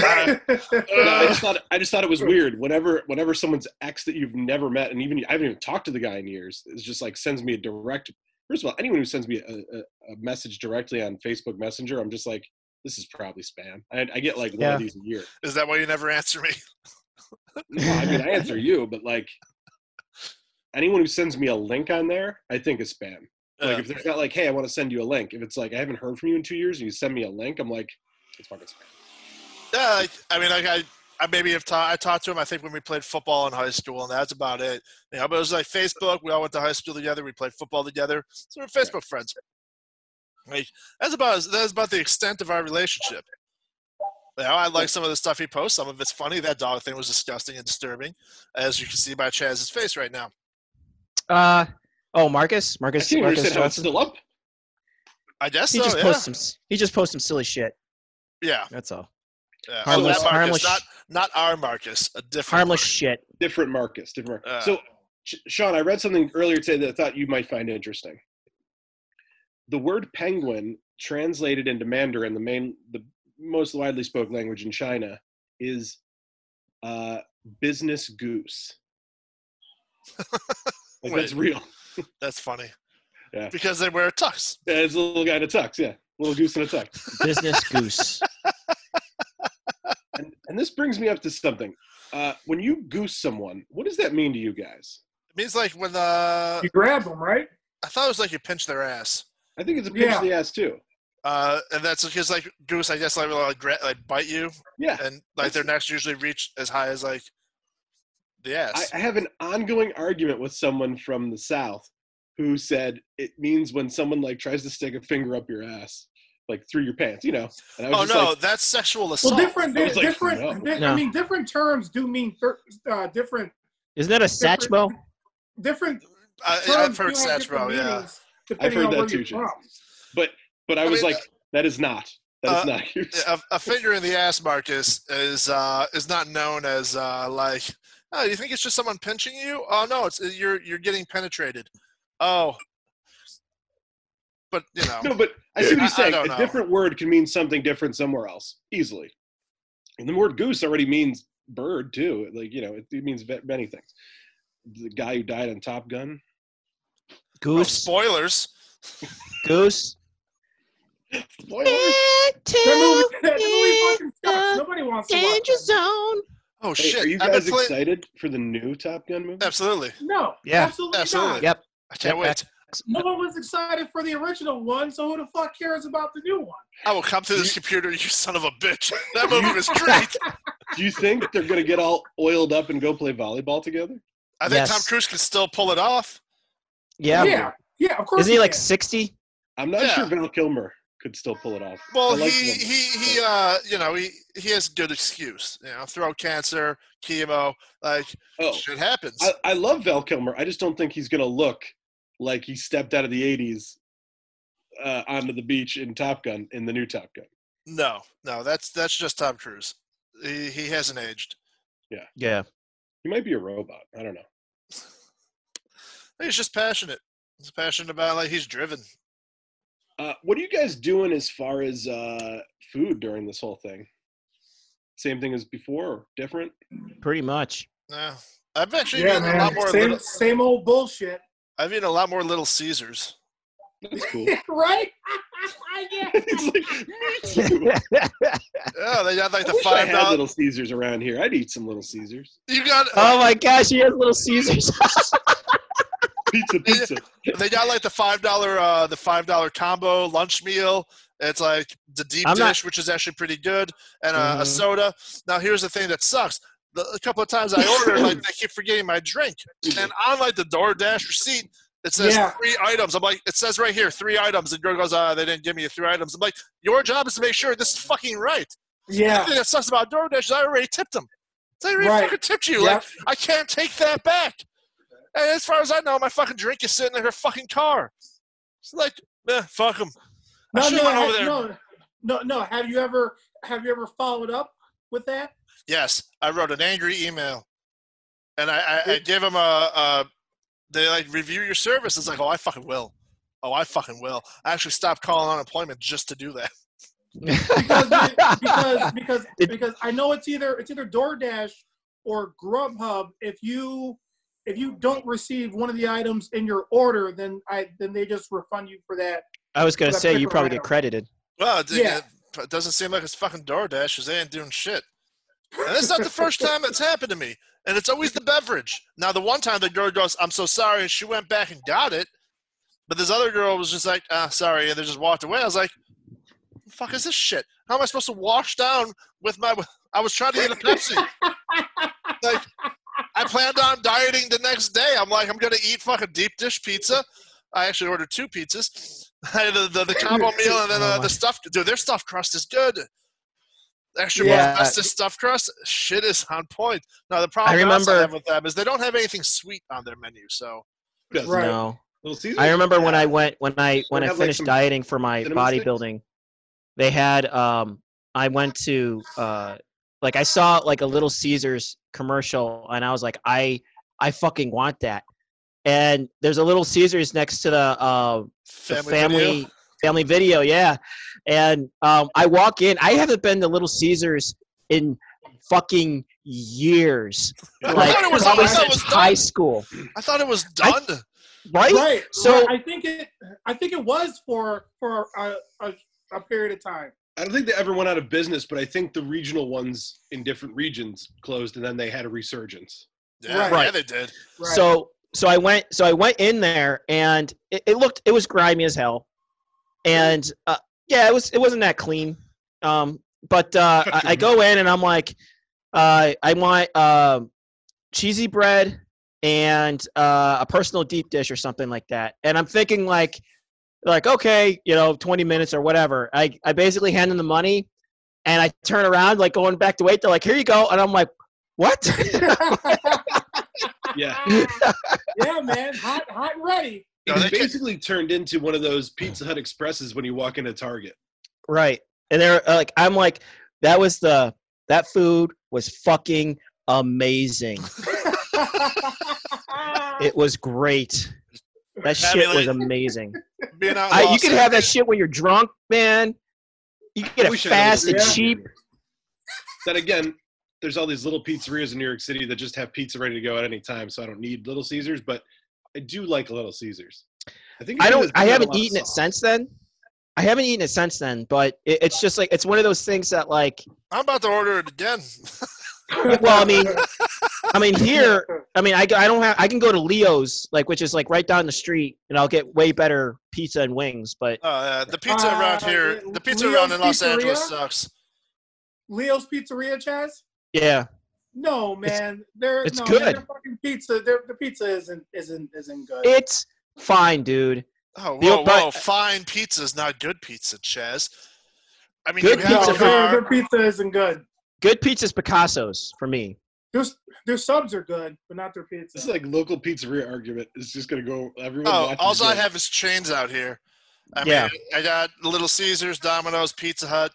Speaker 3: Uh,
Speaker 1: But I
Speaker 3: uh,
Speaker 1: just thought I just thought it was weird. Whenever whenever someone's ex that you've never met, and even I haven't even talked to the guy in years, is just like sends me a direct. First of all, anyone who sends me a, a, a message directly on Facebook Messenger, I'm just like, this is probably spam. I, I get like one
Speaker 2: Yeah.
Speaker 1: of these a year.
Speaker 3: is that why you never answer me?
Speaker 1: No, I mean I answer you, but like anyone who sends me a link on there, I think is spam. Like if there's not like, hey, I want to send you a link. If it's like I haven't heard from you in two years and you send me a link, I'm like, it's fucking spam.
Speaker 3: Yeah, like, I mean, like I, I maybe have ta- I talked to him. I think when we played football in high school, and that's about it. You know, but it was like Facebook. We all went to high school together. We played football together, so we're Facebook friends. Like that's about that's about the extent of our relationship. You know, I like some of the stuff he posts. Some of it's funny. That dog thing was disgusting and disturbing, as you can see by Chaz's face right now.
Speaker 2: Uh oh, Marcus,
Speaker 1: I
Speaker 2: Marcus,
Speaker 1: can't even
Speaker 2: Marcus
Speaker 1: understand how it's
Speaker 2: Johnson.
Speaker 1: still up.
Speaker 3: I guess
Speaker 2: He
Speaker 3: so.
Speaker 2: just
Speaker 3: Yeah.
Speaker 2: posts some. He just posts some silly shit.
Speaker 3: yeah,
Speaker 2: That's all.
Speaker 3: yeah. Oh,
Speaker 2: Harmless-
Speaker 3: that Marcus,
Speaker 2: harmless-
Speaker 3: not not our Marcus, a different
Speaker 2: Harmless
Speaker 3: Marcus.
Speaker 2: shit.
Speaker 1: Different Marcus, different Marcus.
Speaker 3: Uh.
Speaker 1: so, Sh- Sean, I read something earlier today that I thought you might find interesting. The word penguin, translated into Mandarin, the main, the most widely spoken language in China, is uh, business goose. like that's real.
Speaker 3: That's funny.
Speaker 1: Yeah.
Speaker 3: Because they wear tux.
Speaker 1: Yeah, it's a little guy in a tux. Yeah, little goose in a tux.
Speaker 2: Business goose.
Speaker 1: And, and this brings me up to something. Uh, when you goose someone, what does that mean to you guys?
Speaker 3: It means like when the
Speaker 4: You grab them, right?
Speaker 3: I thought it was like you pinch their ass.
Speaker 1: I think it's a pinch
Speaker 4: Yeah.
Speaker 1: of the ass too.
Speaker 3: Uh, and that's because like goose, I guess like will like, gra- like bite you,
Speaker 1: Yeah.
Speaker 3: and like their necks usually reach as high as like the
Speaker 1: I,
Speaker 3: ass.
Speaker 1: I have an ongoing argument with someone from the South who said it means when someone like tries to stick a finger up your ass, like through your pants, you know. And I
Speaker 3: oh
Speaker 1: was just
Speaker 3: no,
Speaker 1: like,
Speaker 3: that's sexual assault.
Speaker 4: Well, different,
Speaker 1: I was like,
Speaker 4: different.
Speaker 1: no.
Speaker 4: di-
Speaker 2: No.
Speaker 4: I mean, different terms do mean thir- uh, different,
Speaker 2: Isn't that a Satchmo?
Speaker 4: different.
Speaker 3: I,
Speaker 4: Terms
Speaker 3: Uh, I've heard
Speaker 4: do have
Speaker 3: Satchmo,
Speaker 4: different
Speaker 3: yeah.
Speaker 4: meanings depending
Speaker 1: heard
Speaker 4: on
Speaker 1: that
Speaker 4: where
Speaker 1: too,
Speaker 4: you're
Speaker 1: Jason.
Speaker 4: from.
Speaker 1: but but I
Speaker 3: I
Speaker 1: was
Speaker 3: mean,
Speaker 1: like, that is not. That is
Speaker 3: uh,
Speaker 1: not goose.
Speaker 3: A, a finger in the ass, Marcus, is uh, is not known as uh, like. Oh, you think it's just someone pinching you? Oh no, it's you're you're getting penetrated. Oh, but you know,
Speaker 1: No, but I see what
Speaker 3: I- I
Speaker 1: he's saying.
Speaker 3: don't
Speaker 1: A
Speaker 3: know.
Speaker 1: different word can mean something different somewhere else easily. And the word goose already means bird too. Like you know, it, it means ve- many things. The guy who died on Top Gun.
Speaker 3: Oh,
Speaker 2: Goose.
Speaker 3: spoilers.
Speaker 2: Goose.
Speaker 1: Spoiler.
Speaker 4: That movie,
Speaker 2: Into
Speaker 4: that movie fucking
Speaker 2: the
Speaker 4: sucks. Nobody wants to watch
Speaker 2: danger
Speaker 4: it.
Speaker 2: zone.
Speaker 3: Oh
Speaker 1: Hey,
Speaker 3: shit!
Speaker 1: are you
Speaker 3: I've been
Speaker 1: guys
Speaker 3: playing-
Speaker 1: excited for the new Top Gun movie?
Speaker 3: Absolutely,
Speaker 4: No,
Speaker 2: Yeah.
Speaker 4: absolutely,
Speaker 3: Absolutely.
Speaker 4: not.
Speaker 2: Yep.
Speaker 3: I can't
Speaker 2: Yep,
Speaker 3: wait.
Speaker 4: No one was excited for the original one, so who the fuck cares about the new one?
Speaker 3: I will come to this computer, you son of a bitch. That movie was great.
Speaker 1: Do you think they're gonna get all oiled up and go play volleyball together?
Speaker 3: I think
Speaker 2: Yes.
Speaker 3: Tom Cruise can still pull it off.
Speaker 2: Yeah.
Speaker 4: yeah, yeah, of course.
Speaker 2: Isn't he like
Speaker 4: can.
Speaker 2: sixty?
Speaker 1: I'm not
Speaker 3: Yeah.
Speaker 1: sure Val Kilmer could still pull it off.
Speaker 3: Well,
Speaker 1: I like
Speaker 3: he,
Speaker 1: him.
Speaker 3: he he uh you know he he has good excuse. You know, throat cancer, chemo, like
Speaker 1: Oh,
Speaker 3: shit happens.
Speaker 1: I, I love Val Kilmer. I just don't think he's gonna look like he stepped out of the '80s uh, onto the beach in Top Gun in the new Top Gun.
Speaker 3: no, no, that's that's just Tom Cruise. He he hasn't aged.
Speaker 2: Yeah.
Speaker 1: He might be a robot. I don't know.
Speaker 3: He's just passionate. He's passionate about like he's driven.
Speaker 1: Uh, what are you guys doing as far as uh, food during this whole thing? Same thing as before, or different?
Speaker 2: Pretty much.
Speaker 3: Yeah, I've actually
Speaker 4: yeah,
Speaker 3: eaten a lot
Speaker 4: man,
Speaker 3: more.
Speaker 4: same,
Speaker 3: Little,
Speaker 4: same old bullshit,
Speaker 3: I've eaten a lot more Little Caesars.
Speaker 1: That's cool.
Speaker 4: right? yeah.
Speaker 1: it's like, me
Speaker 2: Oh
Speaker 1: too.
Speaker 3: Yeah, they got like
Speaker 1: I
Speaker 3: the
Speaker 1: wish I
Speaker 3: five
Speaker 1: had
Speaker 3: dollar.
Speaker 1: Little Caesars around here. I'd eat some Little Caesars.
Speaker 3: You got
Speaker 2: oh my gosh, he has little Caesars.
Speaker 1: Pizza, pizza.
Speaker 3: they got like the five dollar uh the five dollar combo lunch meal it's like the deep
Speaker 2: I'm not-
Speaker 3: dish which is actually pretty good and a, a
Speaker 2: Mhm.
Speaker 3: soda now here's the thing that sucks the, a couple of times i ordered like i keep forgetting my drink and on like the doordash receipt it says
Speaker 4: Yeah.
Speaker 3: three items i'm like it says right here three items the girl goes ah they didn't give me three items i'm like your job is to make sure this is fucking right the
Speaker 4: yeah,
Speaker 3: thing that sucks about doordash is i already tipped them they already
Speaker 4: Right.
Speaker 3: fucking tipped you
Speaker 4: yeah.
Speaker 3: like I can't take that back. And as far as I know, my fucking drink is sitting in her fucking car. It's like, eh, fuck them. I
Speaker 4: No,
Speaker 3: should've
Speaker 4: no,
Speaker 3: went over
Speaker 4: ha-
Speaker 3: there.
Speaker 4: no, no, no. Have you ever have you ever followed up with that?
Speaker 3: Yes, I wrote an angry email, and I, I, I gave him a, a. They like review your service. It's like, oh, I fucking will. Oh, I fucking will. I actually stopped calling unemployment just to do that.
Speaker 4: Because because because,
Speaker 2: Did-
Speaker 4: because I know it's either it's either DoorDash or Grubhub. If you if you don't receive one of the items in your order, then I then they just refund you for that.
Speaker 2: I was gonna
Speaker 4: That
Speaker 2: say you
Speaker 4: paper
Speaker 2: probably get
Speaker 4: round.
Speaker 2: credited.
Speaker 3: Well, it,
Speaker 4: Yeah.
Speaker 3: it doesn't seem like it's fucking DoorDash because they ain't doing shit. And it's not the first time it's happened to me. And it's always the beverage. Now, the one time the girl goes, I'm so sorry. And she went back and got it. But this other girl was just like, ah, sorry. And they just walked away. I was like, "The fuck is this shit? How am I supposed to wash down with my. I was trying to get a Pepsi. like, I planned on dieting the next day. I'm like, I'm going to eat fucking deep dish pizza. I actually ordered two pizzas. I had the, the, the combo meal and then
Speaker 2: Oh
Speaker 3: uh,
Speaker 2: my.
Speaker 3: the stuffed. Dude, their stuffed crust is good. Extra
Speaker 2: Yeah.
Speaker 3: yeah. bestest stuffed crust. Shit is on point. Now the problem
Speaker 2: I
Speaker 3: I
Speaker 2: remember-
Speaker 3: have with them is they don't have anything sweet on their menu. So
Speaker 1: Doesn't
Speaker 4: Right.
Speaker 2: No.
Speaker 1: Little Caesars?
Speaker 2: I remember when I
Speaker 3: Yeah.
Speaker 2: went when I when
Speaker 1: They
Speaker 2: I
Speaker 1: have, like,
Speaker 2: finished
Speaker 1: some
Speaker 2: dieting for my
Speaker 1: cinnamon sticks?
Speaker 2: bodybuilding, they had um I went to uh like I saw like a Little Caesars commercial and I was like I I fucking want that. And there's a Little Caesars next to the uh the
Speaker 3: family,
Speaker 2: family
Speaker 3: video.
Speaker 2: family, video, yeah. And um I walk in, I haven't been to Little Caesars in fucking years.
Speaker 3: I
Speaker 2: Like
Speaker 3: thought it was- I
Speaker 2: probably
Speaker 3: thought it
Speaker 2: since
Speaker 3: was done.
Speaker 2: high school.
Speaker 3: I thought it was
Speaker 2: I-
Speaker 3: done.
Speaker 2: Right?
Speaker 4: Right.
Speaker 2: So-
Speaker 4: So I think it. I think it was for for a, a, a period of time.
Speaker 1: I don't think they ever went out of business, but I think the regional ones in different regions closed, and then they had a resurgence.
Speaker 3: yeah,
Speaker 4: Right.
Speaker 3: yeah, they did.
Speaker 4: Right.
Speaker 2: So so I went so I went in there and it, it looked it was grimy as hell, and uh, yeah it was it wasn't that clean. Um, but uh, I, I go in and I'm like, uh, I want um, cheesy bread and uh, a personal deep dish or something like that. And I'm thinking like, like okay, you know, 20 minutes or whatever. I I basically hand them the money, and I turn around like going back to wait. They're like, here you go, and I'm like, what?
Speaker 1: Yeah.
Speaker 4: yeah, man, hot, hot, and ready.
Speaker 3: No, they
Speaker 1: It
Speaker 3: ca-
Speaker 1: basically turned into one of those Pizza Hut expresses when you walk into Target.
Speaker 2: Right. And they're uh, like, I'm like, that was the, that food was fucking amazing. It was great. That shit
Speaker 3: Fabulous.
Speaker 2: was amazing.
Speaker 3: Being out in
Speaker 2: I, you
Speaker 3: Los
Speaker 2: can have that
Speaker 3: Angeles-
Speaker 2: shit when you're drunk, man. You can get
Speaker 1: I
Speaker 2: it
Speaker 1: wish I had a
Speaker 2: fast and
Speaker 1: little pizza
Speaker 2: cheap.
Speaker 1: here. Then again, there's all these little pizzerias in New York City that just have pizza ready to go at any time, so I don't need Little Caesars, but I do like a Little Caesars. I think
Speaker 2: I
Speaker 1: it's
Speaker 2: don't.
Speaker 1: because
Speaker 2: I
Speaker 1: they got a
Speaker 2: haven't
Speaker 1: lot of
Speaker 2: eaten it
Speaker 1: sauce.
Speaker 2: since then. I haven't eaten it since then, but it, it's just like it's one of those things that like.
Speaker 3: I'm about to order it again.
Speaker 2: Well, I mean, I mean here, I mean I, I don't have I can go to Leo's like which is like right down the street and I'll get way better pizza and wings, but
Speaker 3: Uh, the pizza around
Speaker 4: Uh,
Speaker 3: here, the pizza
Speaker 4: Leo's
Speaker 3: around in Los
Speaker 4: Pizzeria?
Speaker 3: Angeles sucks.
Speaker 4: Leo's Pizzeria, Chaz.
Speaker 2: yeah,
Speaker 4: No,
Speaker 2: It's-
Speaker 4: man, they're
Speaker 2: it's
Speaker 4: no,
Speaker 2: good.
Speaker 4: Man, their fucking pizza. Their the pizza isn't isn't isn't good.
Speaker 2: it's fine, dude.
Speaker 3: Oh,
Speaker 2: Yeah,
Speaker 3: whoa,
Speaker 2: but-
Speaker 3: whoa! Fine pizza is not good pizza, Chaz. I mean,
Speaker 2: Good
Speaker 3: you
Speaker 4: no,
Speaker 3: have
Speaker 2: pizza
Speaker 3: a
Speaker 4: their, their
Speaker 3: car.
Speaker 4: pizza isn't good.
Speaker 2: Good pizza's Picasso's for me.
Speaker 4: Their their subs are good, but not their pizza.
Speaker 1: This is like local pizzeria argument. It's just gonna go everyone.
Speaker 3: Oh,
Speaker 1: watches
Speaker 3: all I
Speaker 1: this.
Speaker 3: have is chains out here. I
Speaker 2: Yeah.
Speaker 3: mean, I got Little Caesars, Domino's, Pizza Hut.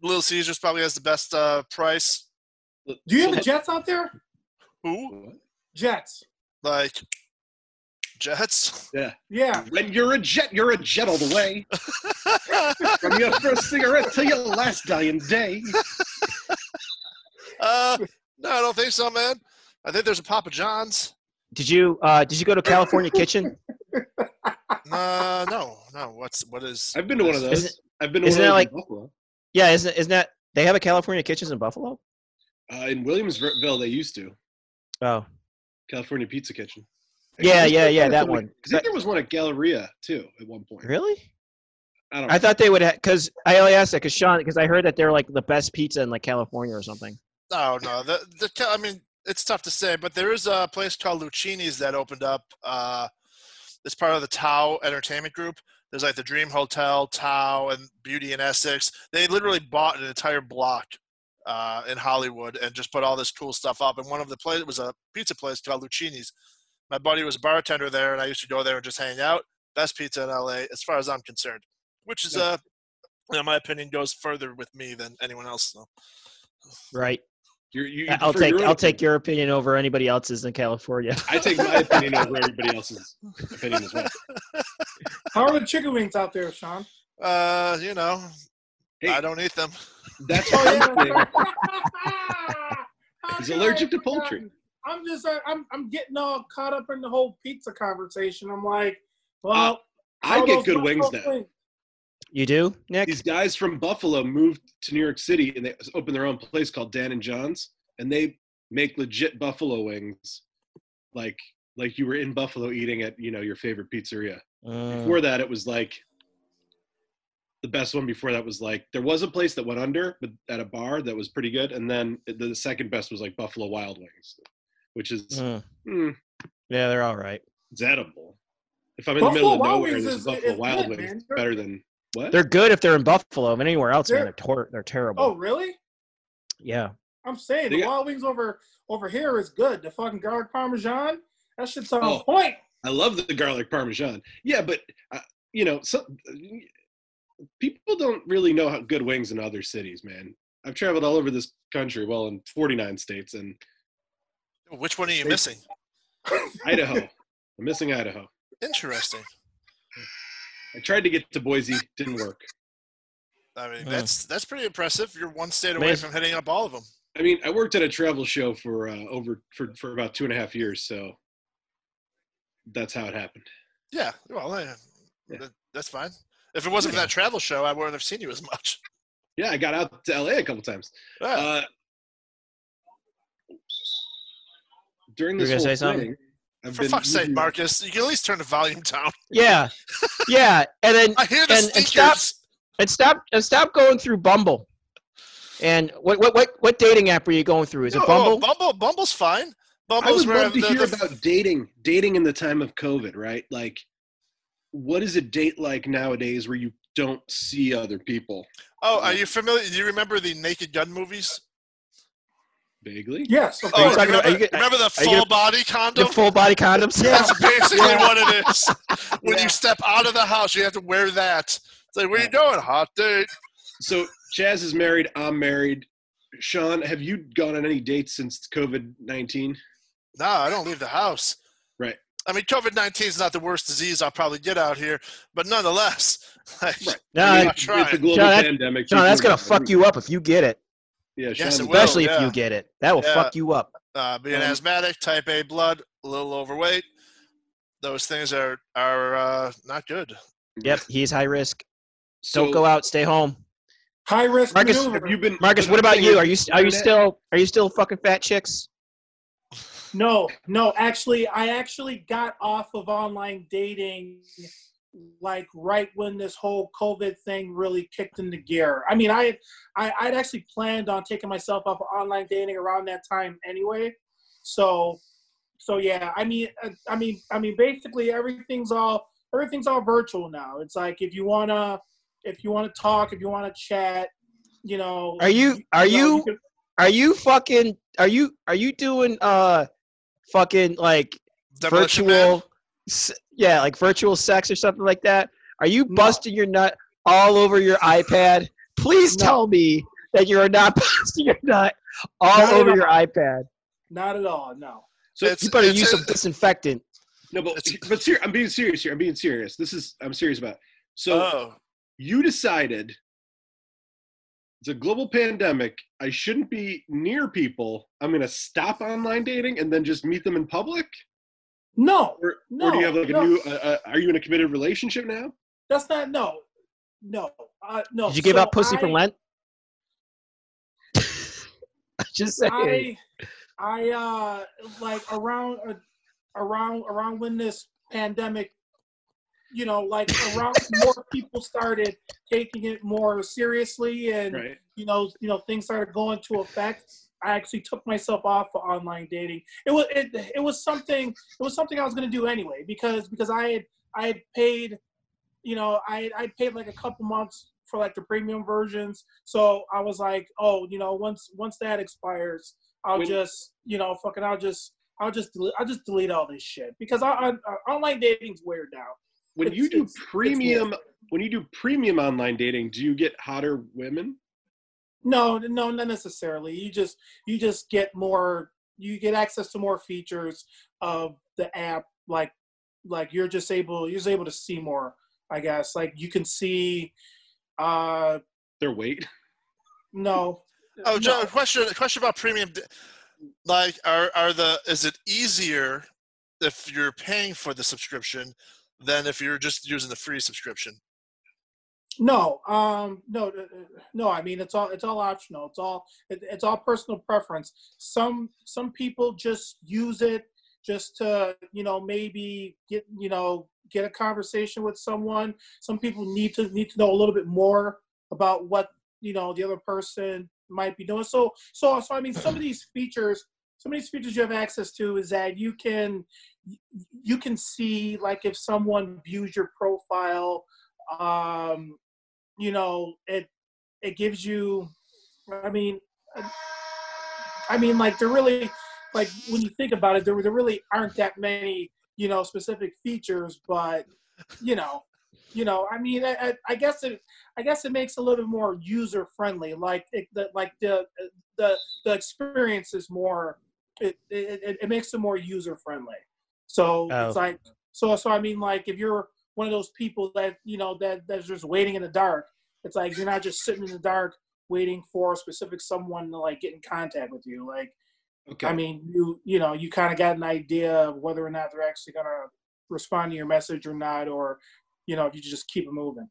Speaker 3: Little Caesars probably has the best uh, price.
Speaker 4: Do you have the Jets out there?
Speaker 3: Who?
Speaker 4: Jets.
Speaker 3: Like Jets?
Speaker 4: Yeah.
Speaker 1: When you're a jet, you're a jet all the way. From your first cigarette till your last dying day.
Speaker 3: uh, no, I don't think so, man. I think there's a Papa John's.
Speaker 2: Did you uh, did you go to California Kitchen?
Speaker 3: Uh, no, no. What's what is?
Speaker 1: I've been to one of
Speaker 2: Isn't
Speaker 1: those.
Speaker 2: it-
Speaker 1: I've been to
Speaker 2: isn't
Speaker 1: one of those
Speaker 2: that like-
Speaker 1: in Buffalo.
Speaker 2: Yeah, isn't isn't that they have a California Kitchens in Buffalo?
Speaker 1: Uh, in Williamsville, they used to
Speaker 2: Oh,
Speaker 1: California Pizza Kitchen.
Speaker 2: yeah,
Speaker 1: Actually,
Speaker 2: yeah, yeah,
Speaker 1: there's
Speaker 2: that
Speaker 1: one-
Speaker 2: one.
Speaker 1: I think there was one at Galleria too at one point.
Speaker 2: Really?
Speaker 1: I don't. Know.
Speaker 2: I thought they would because I only asked that because Sean because I heard that they're like the best pizza in like California or something.
Speaker 3: Oh no, the, the ca- I mean it's tough to say, but there is a place called Lucchini's that opened up. Uh, it's part of the Tau Entertainment Group. There's like the Dream Hotel, Tau, and Beauty in Essex. They literally bought an entire block uh, in Hollywood and just put all this cool stuff up. And one of the places was a pizza place called Lucchini's. My buddy was a bartender there, and I used to go there and just hang out. Best pizza in LA, as far as I'm concerned, which is, uh, in my opinion, goes further with me than anyone else. So.
Speaker 2: Right.
Speaker 1: You're, you, you
Speaker 2: I'll
Speaker 1: prefer
Speaker 2: take
Speaker 1: your own
Speaker 2: I'll take
Speaker 1: opinion.
Speaker 2: your opinion over anybody else's in California.
Speaker 1: I take my opinion over everybody else's opinion as well.
Speaker 4: How are the chicken wings out there, Sean?
Speaker 3: Uh, you know,
Speaker 1: Hey,
Speaker 3: I don't eat them.
Speaker 1: that's
Speaker 4: Oh,
Speaker 1: one
Speaker 4: yeah.
Speaker 1: thing.
Speaker 4: How
Speaker 1: He's
Speaker 4: could I
Speaker 1: allergic to
Speaker 4: have forgotten?
Speaker 1: poultry.
Speaker 4: I'm just uh, I'm I'm getting all caught up in the whole pizza conversation. I'm like, well,
Speaker 1: Uh, I
Speaker 4: all
Speaker 1: get
Speaker 4: those
Speaker 1: good
Speaker 4: West
Speaker 1: wings
Speaker 4: Coast
Speaker 1: now.
Speaker 4: wings.
Speaker 2: You do, Nick?
Speaker 1: these guys from Buffalo moved to New York City and they opened their own place called Dan and John's, and they make legit buffalo wings, like like you were in Buffalo eating at you know your favorite pizzeria.
Speaker 2: Mm,
Speaker 1: Before that, it was like the best one. Before that was like there was a place that went under, but at a bar that was pretty good, and then the, the second best was like Buffalo Wild Wings, which is
Speaker 2: mm.
Speaker 1: mm,
Speaker 2: yeah, they're all right.
Speaker 1: it's edible. if I'm in the middle of nowhere, this is Buffalo Wild Wings
Speaker 4: man. They're-
Speaker 1: better than what?
Speaker 2: They're good if they're in Buffalo, but anywhere else, man,
Speaker 4: They're-
Speaker 2: they're tor- they're terrible.
Speaker 4: Oh, really?
Speaker 2: yeah.
Speaker 4: I'm saying
Speaker 1: They
Speaker 4: the
Speaker 1: got-
Speaker 4: Wild Wings over over here is good. The fucking garlic parmesan, that shit's on
Speaker 1: Oh.
Speaker 4: point.
Speaker 1: I love the garlic parmesan. Yeah, but uh, you know, some people don't really know how good wings in other cities, man. I've traveled all over this country, well, in 49 states and
Speaker 3: Which one are you missing?
Speaker 1: Idaho. I'm missing Idaho.
Speaker 3: Interesting.
Speaker 1: I tried to get to Boise, didn't work.
Speaker 3: I mean,
Speaker 2: Hmm.
Speaker 3: that's that's pretty impressive. You're one state away
Speaker 2: Man.
Speaker 3: from hitting up all of them.
Speaker 1: I mean, I worked at a travel show for uh, over for, for about two and a half years, so that's how it happened.
Speaker 3: Yeah. Well, eh,
Speaker 1: Yeah.
Speaker 3: that- that's fine. If it wasn't for that travel show, I wouldn't have seen you as much.
Speaker 1: Yeah, I got out to LA a couple times.
Speaker 3: Yeah.
Speaker 1: Uh, during
Speaker 2: You were
Speaker 1: this
Speaker 2: gonna
Speaker 1: whole
Speaker 2: say something?
Speaker 1: thing, I've
Speaker 3: for
Speaker 1: been
Speaker 3: fuck's sake,
Speaker 1: using-
Speaker 3: Marcus, you can at least turn the volume down.
Speaker 2: Yeah. Yeah. And then
Speaker 3: I hear the
Speaker 2: And- and
Speaker 3: sneakers.
Speaker 2: stop- and stop and stop going through Bumble. And what what what, what dating app were you going through? Is
Speaker 3: No,
Speaker 2: it
Speaker 3: oh,
Speaker 2: Bumble?
Speaker 3: Bumble. Bumble's fine.
Speaker 1: I
Speaker 3: Bumble's
Speaker 1: would
Speaker 3: where
Speaker 1: love to
Speaker 3: the-
Speaker 1: hear
Speaker 3: the-
Speaker 1: about dating, dating in the time of COVID, right? Like, what is a date like nowadays where you don't see other people
Speaker 3: Oh, are you familiar? Do you remember the Naked Gun movies?
Speaker 1: vaguely?
Speaker 4: Yes. Of
Speaker 3: Oh,
Speaker 4: course.
Speaker 2: talking
Speaker 3: remember,
Speaker 2: about- are you-
Speaker 3: remember the
Speaker 2: are you
Speaker 3: full body condom?
Speaker 2: The full body condoms.
Speaker 4: Yeah.
Speaker 3: That's basically
Speaker 4: Yeah.
Speaker 3: what it is. When
Speaker 4: Yeah.
Speaker 3: you step out of the house, you have to wear that. It's like, where you going? Hot date.
Speaker 1: So Chaz is married. I'm married. Sean, have you gone on any dates since COVID nineteen?
Speaker 3: No, I don't leave the house.
Speaker 1: Right.
Speaker 3: I mean, COVID 19 is not the worst disease I'll probably get out here, but nonetheless, like,
Speaker 1: Right.
Speaker 2: No,
Speaker 3: I mean,
Speaker 2: I-
Speaker 3: I tried.
Speaker 1: It's a global
Speaker 2: Sean, that-
Speaker 1: pandemic.
Speaker 2: Sean, that's gonna fuck you up if you get it.
Speaker 1: Yeah, Sean.
Speaker 3: Yes, it
Speaker 1: is-
Speaker 3: will.
Speaker 2: Especially if
Speaker 3: yeah.
Speaker 2: you get it. That will
Speaker 3: Yeah.
Speaker 2: fuck you up.
Speaker 3: uh, being
Speaker 1: Um,
Speaker 3: asthmatic, type A blood, a little overweight. Those things are are uh, not good.
Speaker 2: Yep, he's high risk.
Speaker 1: So
Speaker 2: Don't go out, stay home.
Speaker 4: High risk
Speaker 2: Marcus,
Speaker 4: maneuver.
Speaker 1: Have you been,
Speaker 2: Marcus,
Speaker 1: but
Speaker 2: what
Speaker 1: the
Speaker 2: about
Speaker 1: thing
Speaker 2: you?
Speaker 1: is-
Speaker 2: Are you are you still are you still fucking fat chicks?
Speaker 4: No, no, actually, I actually got off of online dating like right when this whole COVID thing really kicked into gear. I mean, I, I I'd actually planned on taking myself off of online dating around that time anyway. So, so yeah, I mean, uh, I mean, I mean, basically everything's all everything's all virtual now. It's like if you wanna if you wanna talk, if you wanna chat, you know.
Speaker 2: Are you- are
Speaker 4: know,
Speaker 2: you-
Speaker 4: can-
Speaker 2: Are you fucking are you are you doing uh fucking like
Speaker 3: Demolition Man?
Speaker 2: virtual s- yeah, like virtual sex or something like that? Are you
Speaker 4: No.
Speaker 2: busting your nut all over your iPad? Please
Speaker 4: No.
Speaker 2: tell me that you're not busting your nut all
Speaker 4: Not at
Speaker 2: over
Speaker 4: all.
Speaker 2: your iPad.
Speaker 4: not at all. No.
Speaker 1: So
Speaker 3: It's-
Speaker 2: You better
Speaker 3: it's-
Speaker 2: use some disinfectant.
Speaker 1: no, but,
Speaker 3: It's-
Speaker 1: but ser- I'm being serious here. I'm being serious. This is I'm serious about. it. So
Speaker 3: Oh,
Speaker 1: you decided it's a global pandemic. I shouldn't be near people. I'm going to stop online dating and then just meet them in public.
Speaker 4: No.
Speaker 1: Or,
Speaker 4: no
Speaker 1: or do you have like
Speaker 4: no.
Speaker 1: a new? Uh, uh, are you in a committed relationship now?
Speaker 4: That's not no, no, uh, no.
Speaker 2: Did you give
Speaker 4: So
Speaker 2: up pussy for
Speaker 4: I-
Speaker 2: Lent? Just saying.
Speaker 4: I, I uh, like around uh, around around when this pandemic, you know, like around more people started taking it more seriously, and
Speaker 1: Right.
Speaker 4: you know, you know, things started going to effect. I actually took myself off for online dating. It was it, it was something it was something I was gonna do anyway because because I had I had paid, you know, I I paid like a couple months for like the premium versions. So I was like, oh, you know, once once that expires, I'll
Speaker 1: When-
Speaker 4: just you know fucking I'll just I'll just delete, I'll just delete all this shit because I, I, I- online dating's weird now.
Speaker 1: When
Speaker 4: It's-
Speaker 1: you do
Speaker 4: it's- it's
Speaker 1: premium,
Speaker 4: weird.
Speaker 1: when you do premium online dating, do you get hotter women?
Speaker 4: No, no, not necessarily. You just you just get more you get access to more features of the app like like you're just able you're just able to see more, I guess. Like you can see uh
Speaker 1: Their weight.
Speaker 4: no.
Speaker 3: oh,
Speaker 4: No.
Speaker 3: Joe. Question. Question about premium. di- Like, are are the is it easier if you're paying for the subscription than if you're just using the free subscription?
Speaker 4: No, um, no, uh, no. I mean, it's all it's all optional. It's all it, it's all personal preference. Some some people just use it just to you know maybe get you know get a conversation with someone. Some people need to need to know a little bit more about what you know the other person might be doing. So so so I mean, some of these features some of these features you have access to is that you can you can see like if someone views your profile um you know it it gives you i mean uh, i mean like there really like when you think about it there, there really aren't that many you know specific features but you know you know i mean i, I- I guess it i guess it makes it a little bit more user friendly like it, the, like the the the experience is more it it, it- it makes it more user friendly so it's
Speaker 2: Oh.
Speaker 4: like so so i mean like if you're one of those people that you know that that's just waiting in the dark it's like you're not just sitting in the dark waiting for a specific someone to like get in contact with you like
Speaker 1: Okay.
Speaker 4: I mean, you you know, you kind of got an idea of whether or not they're actually gonna respond to your message or not, or you know, if you just keep it moving.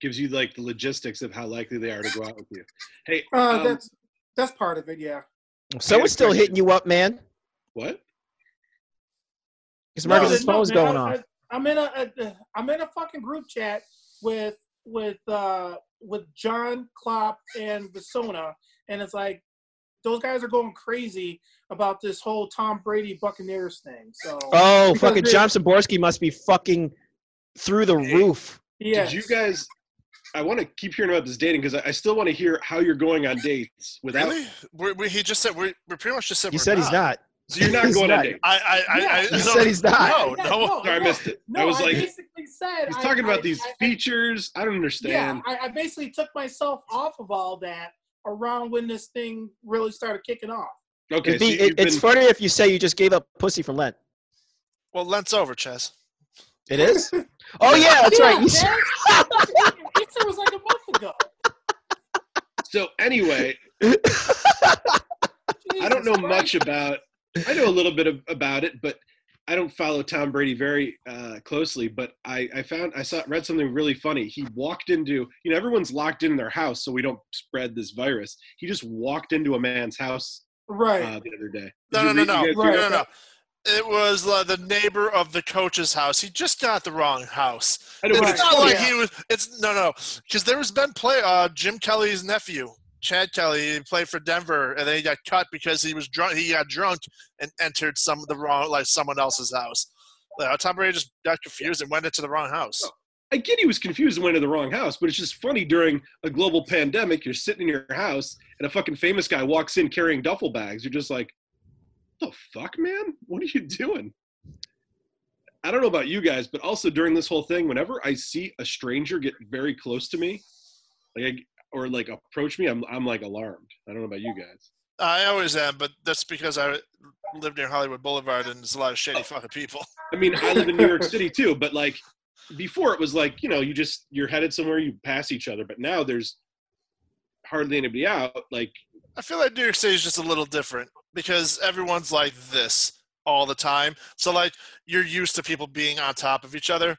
Speaker 1: Gives you like the logistics of how likely they are to go out with you. Hey,
Speaker 4: Uh,
Speaker 1: um,
Speaker 4: that's that's part of it, yeah.
Speaker 2: Someone's still hitting you up, man.
Speaker 1: what?
Speaker 2: Because
Speaker 1: No,
Speaker 2: Marcus's
Speaker 4: no,
Speaker 2: phone's
Speaker 4: man,
Speaker 2: going
Speaker 4: I-
Speaker 2: off.
Speaker 4: I, am in a, a I'm in a fucking group chat with with uh with John Klopp and Vasona, and it's like those guys are going crazy about this whole Tom Brady Buccaneers thing. So
Speaker 2: Oh,
Speaker 4: Because
Speaker 2: fucking
Speaker 4: they-
Speaker 2: John Saborski must be fucking through the roof.
Speaker 4: yeah,
Speaker 1: Did you guys? I want to keep hearing about this dating because I, I still want to hear how you're going on dates without.
Speaker 3: Really? We, we, he just said we, we pretty much just said
Speaker 2: He
Speaker 3: we're
Speaker 2: said he's not.
Speaker 1: So you're not
Speaker 2: He's
Speaker 1: going on
Speaker 2: not.
Speaker 1: dates.
Speaker 3: I I,
Speaker 4: Yeah.
Speaker 3: I, I
Speaker 2: He
Speaker 3: no,
Speaker 2: said he's not.
Speaker 3: no, no.
Speaker 1: Sorry, I missed it.
Speaker 4: No,
Speaker 1: I was like,
Speaker 4: basically said
Speaker 1: he's
Speaker 4: I-
Speaker 1: talking
Speaker 4: I-
Speaker 1: about these
Speaker 4: I- I-
Speaker 1: features. I don't understand.
Speaker 4: Yeah, I, I basically took myself off of all that around when this thing really started kicking off.
Speaker 1: Okay,
Speaker 2: It'd be-
Speaker 1: so
Speaker 2: it-
Speaker 1: you've
Speaker 2: it's
Speaker 1: been-
Speaker 2: funny if you say you just gave up pussy for Lent.
Speaker 3: Well, Lent's over, Chess.
Speaker 2: It is. Oh yeah, that's
Speaker 4: yeah,
Speaker 2: right. You
Speaker 4: man.
Speaker 2: said-
Speaker 4: It was like a month ago.
Speaker 1: so anyway, I
Speaker 4: Jesus
Speaker 1: don't know
Speaker 4: Christ.
Speaker 1: much about. I know a little bit of, about it, but I don't follow Tom Brady very uh, closely. But I, I found I saw read something really funny. He walked into you know everyone's locked in their house so we don't spread this virus. He just walked into a man's house uh,
Speaker 4: Right.
Speaker 1: the other day.
Speaker 3: No,
Speaker 1: Did
Speaker 3: no,
Speaker 1: you read-
Speaker 3: no, no,
Speaker 1: you
Speaker 3: no,
Speaker 1: guys-
Speaker 4: Right.
Speaker 3: no, no. It was uh, the neighbor of the coach's house. He just got the wrong house.
Speaker 1: I know, but
Speaker 4: Right.
Speaker 1: it's
Speaker 3: It's not
Speaker 1: funny.
Speaker 3: like he was. It's no, no, because there was been play. Uh, Jim Kelly's nephew, Chad Kelly, he played for Denver, and then he got cut because he was drunk. He got drunk and entered some of the wrong, like someone else's house. Uh, Tom Brady just got confused and went into the wrong house.
Speaker 1: I get he was confused and went to the wrong house, but it's just funny during a global pandemic, you're sitting in your house and a fucking famous guy walks in carrying duffel bags. You're just like, the fuck, man? What are you doing? I don't know about you guys, but also during this whole thing, whenever I see a stranger get very close to me, like I, or like approach me, I'm I'm like alarmed. I don't know about you guys.
Speaker 3: I always am, but that's because I live near Hollywood Boulevard and there's a lot of shady fucking people.
Speaker 1: I mean, I live in New York City too, but like before it was like, you know, you just you're headed somewhere, you pass each other, but now there's hardly anybody out. Like
Speaker 3: I feel like New York City is just a little different because everyone's like this all the time. So like you're used to people being on top of each other.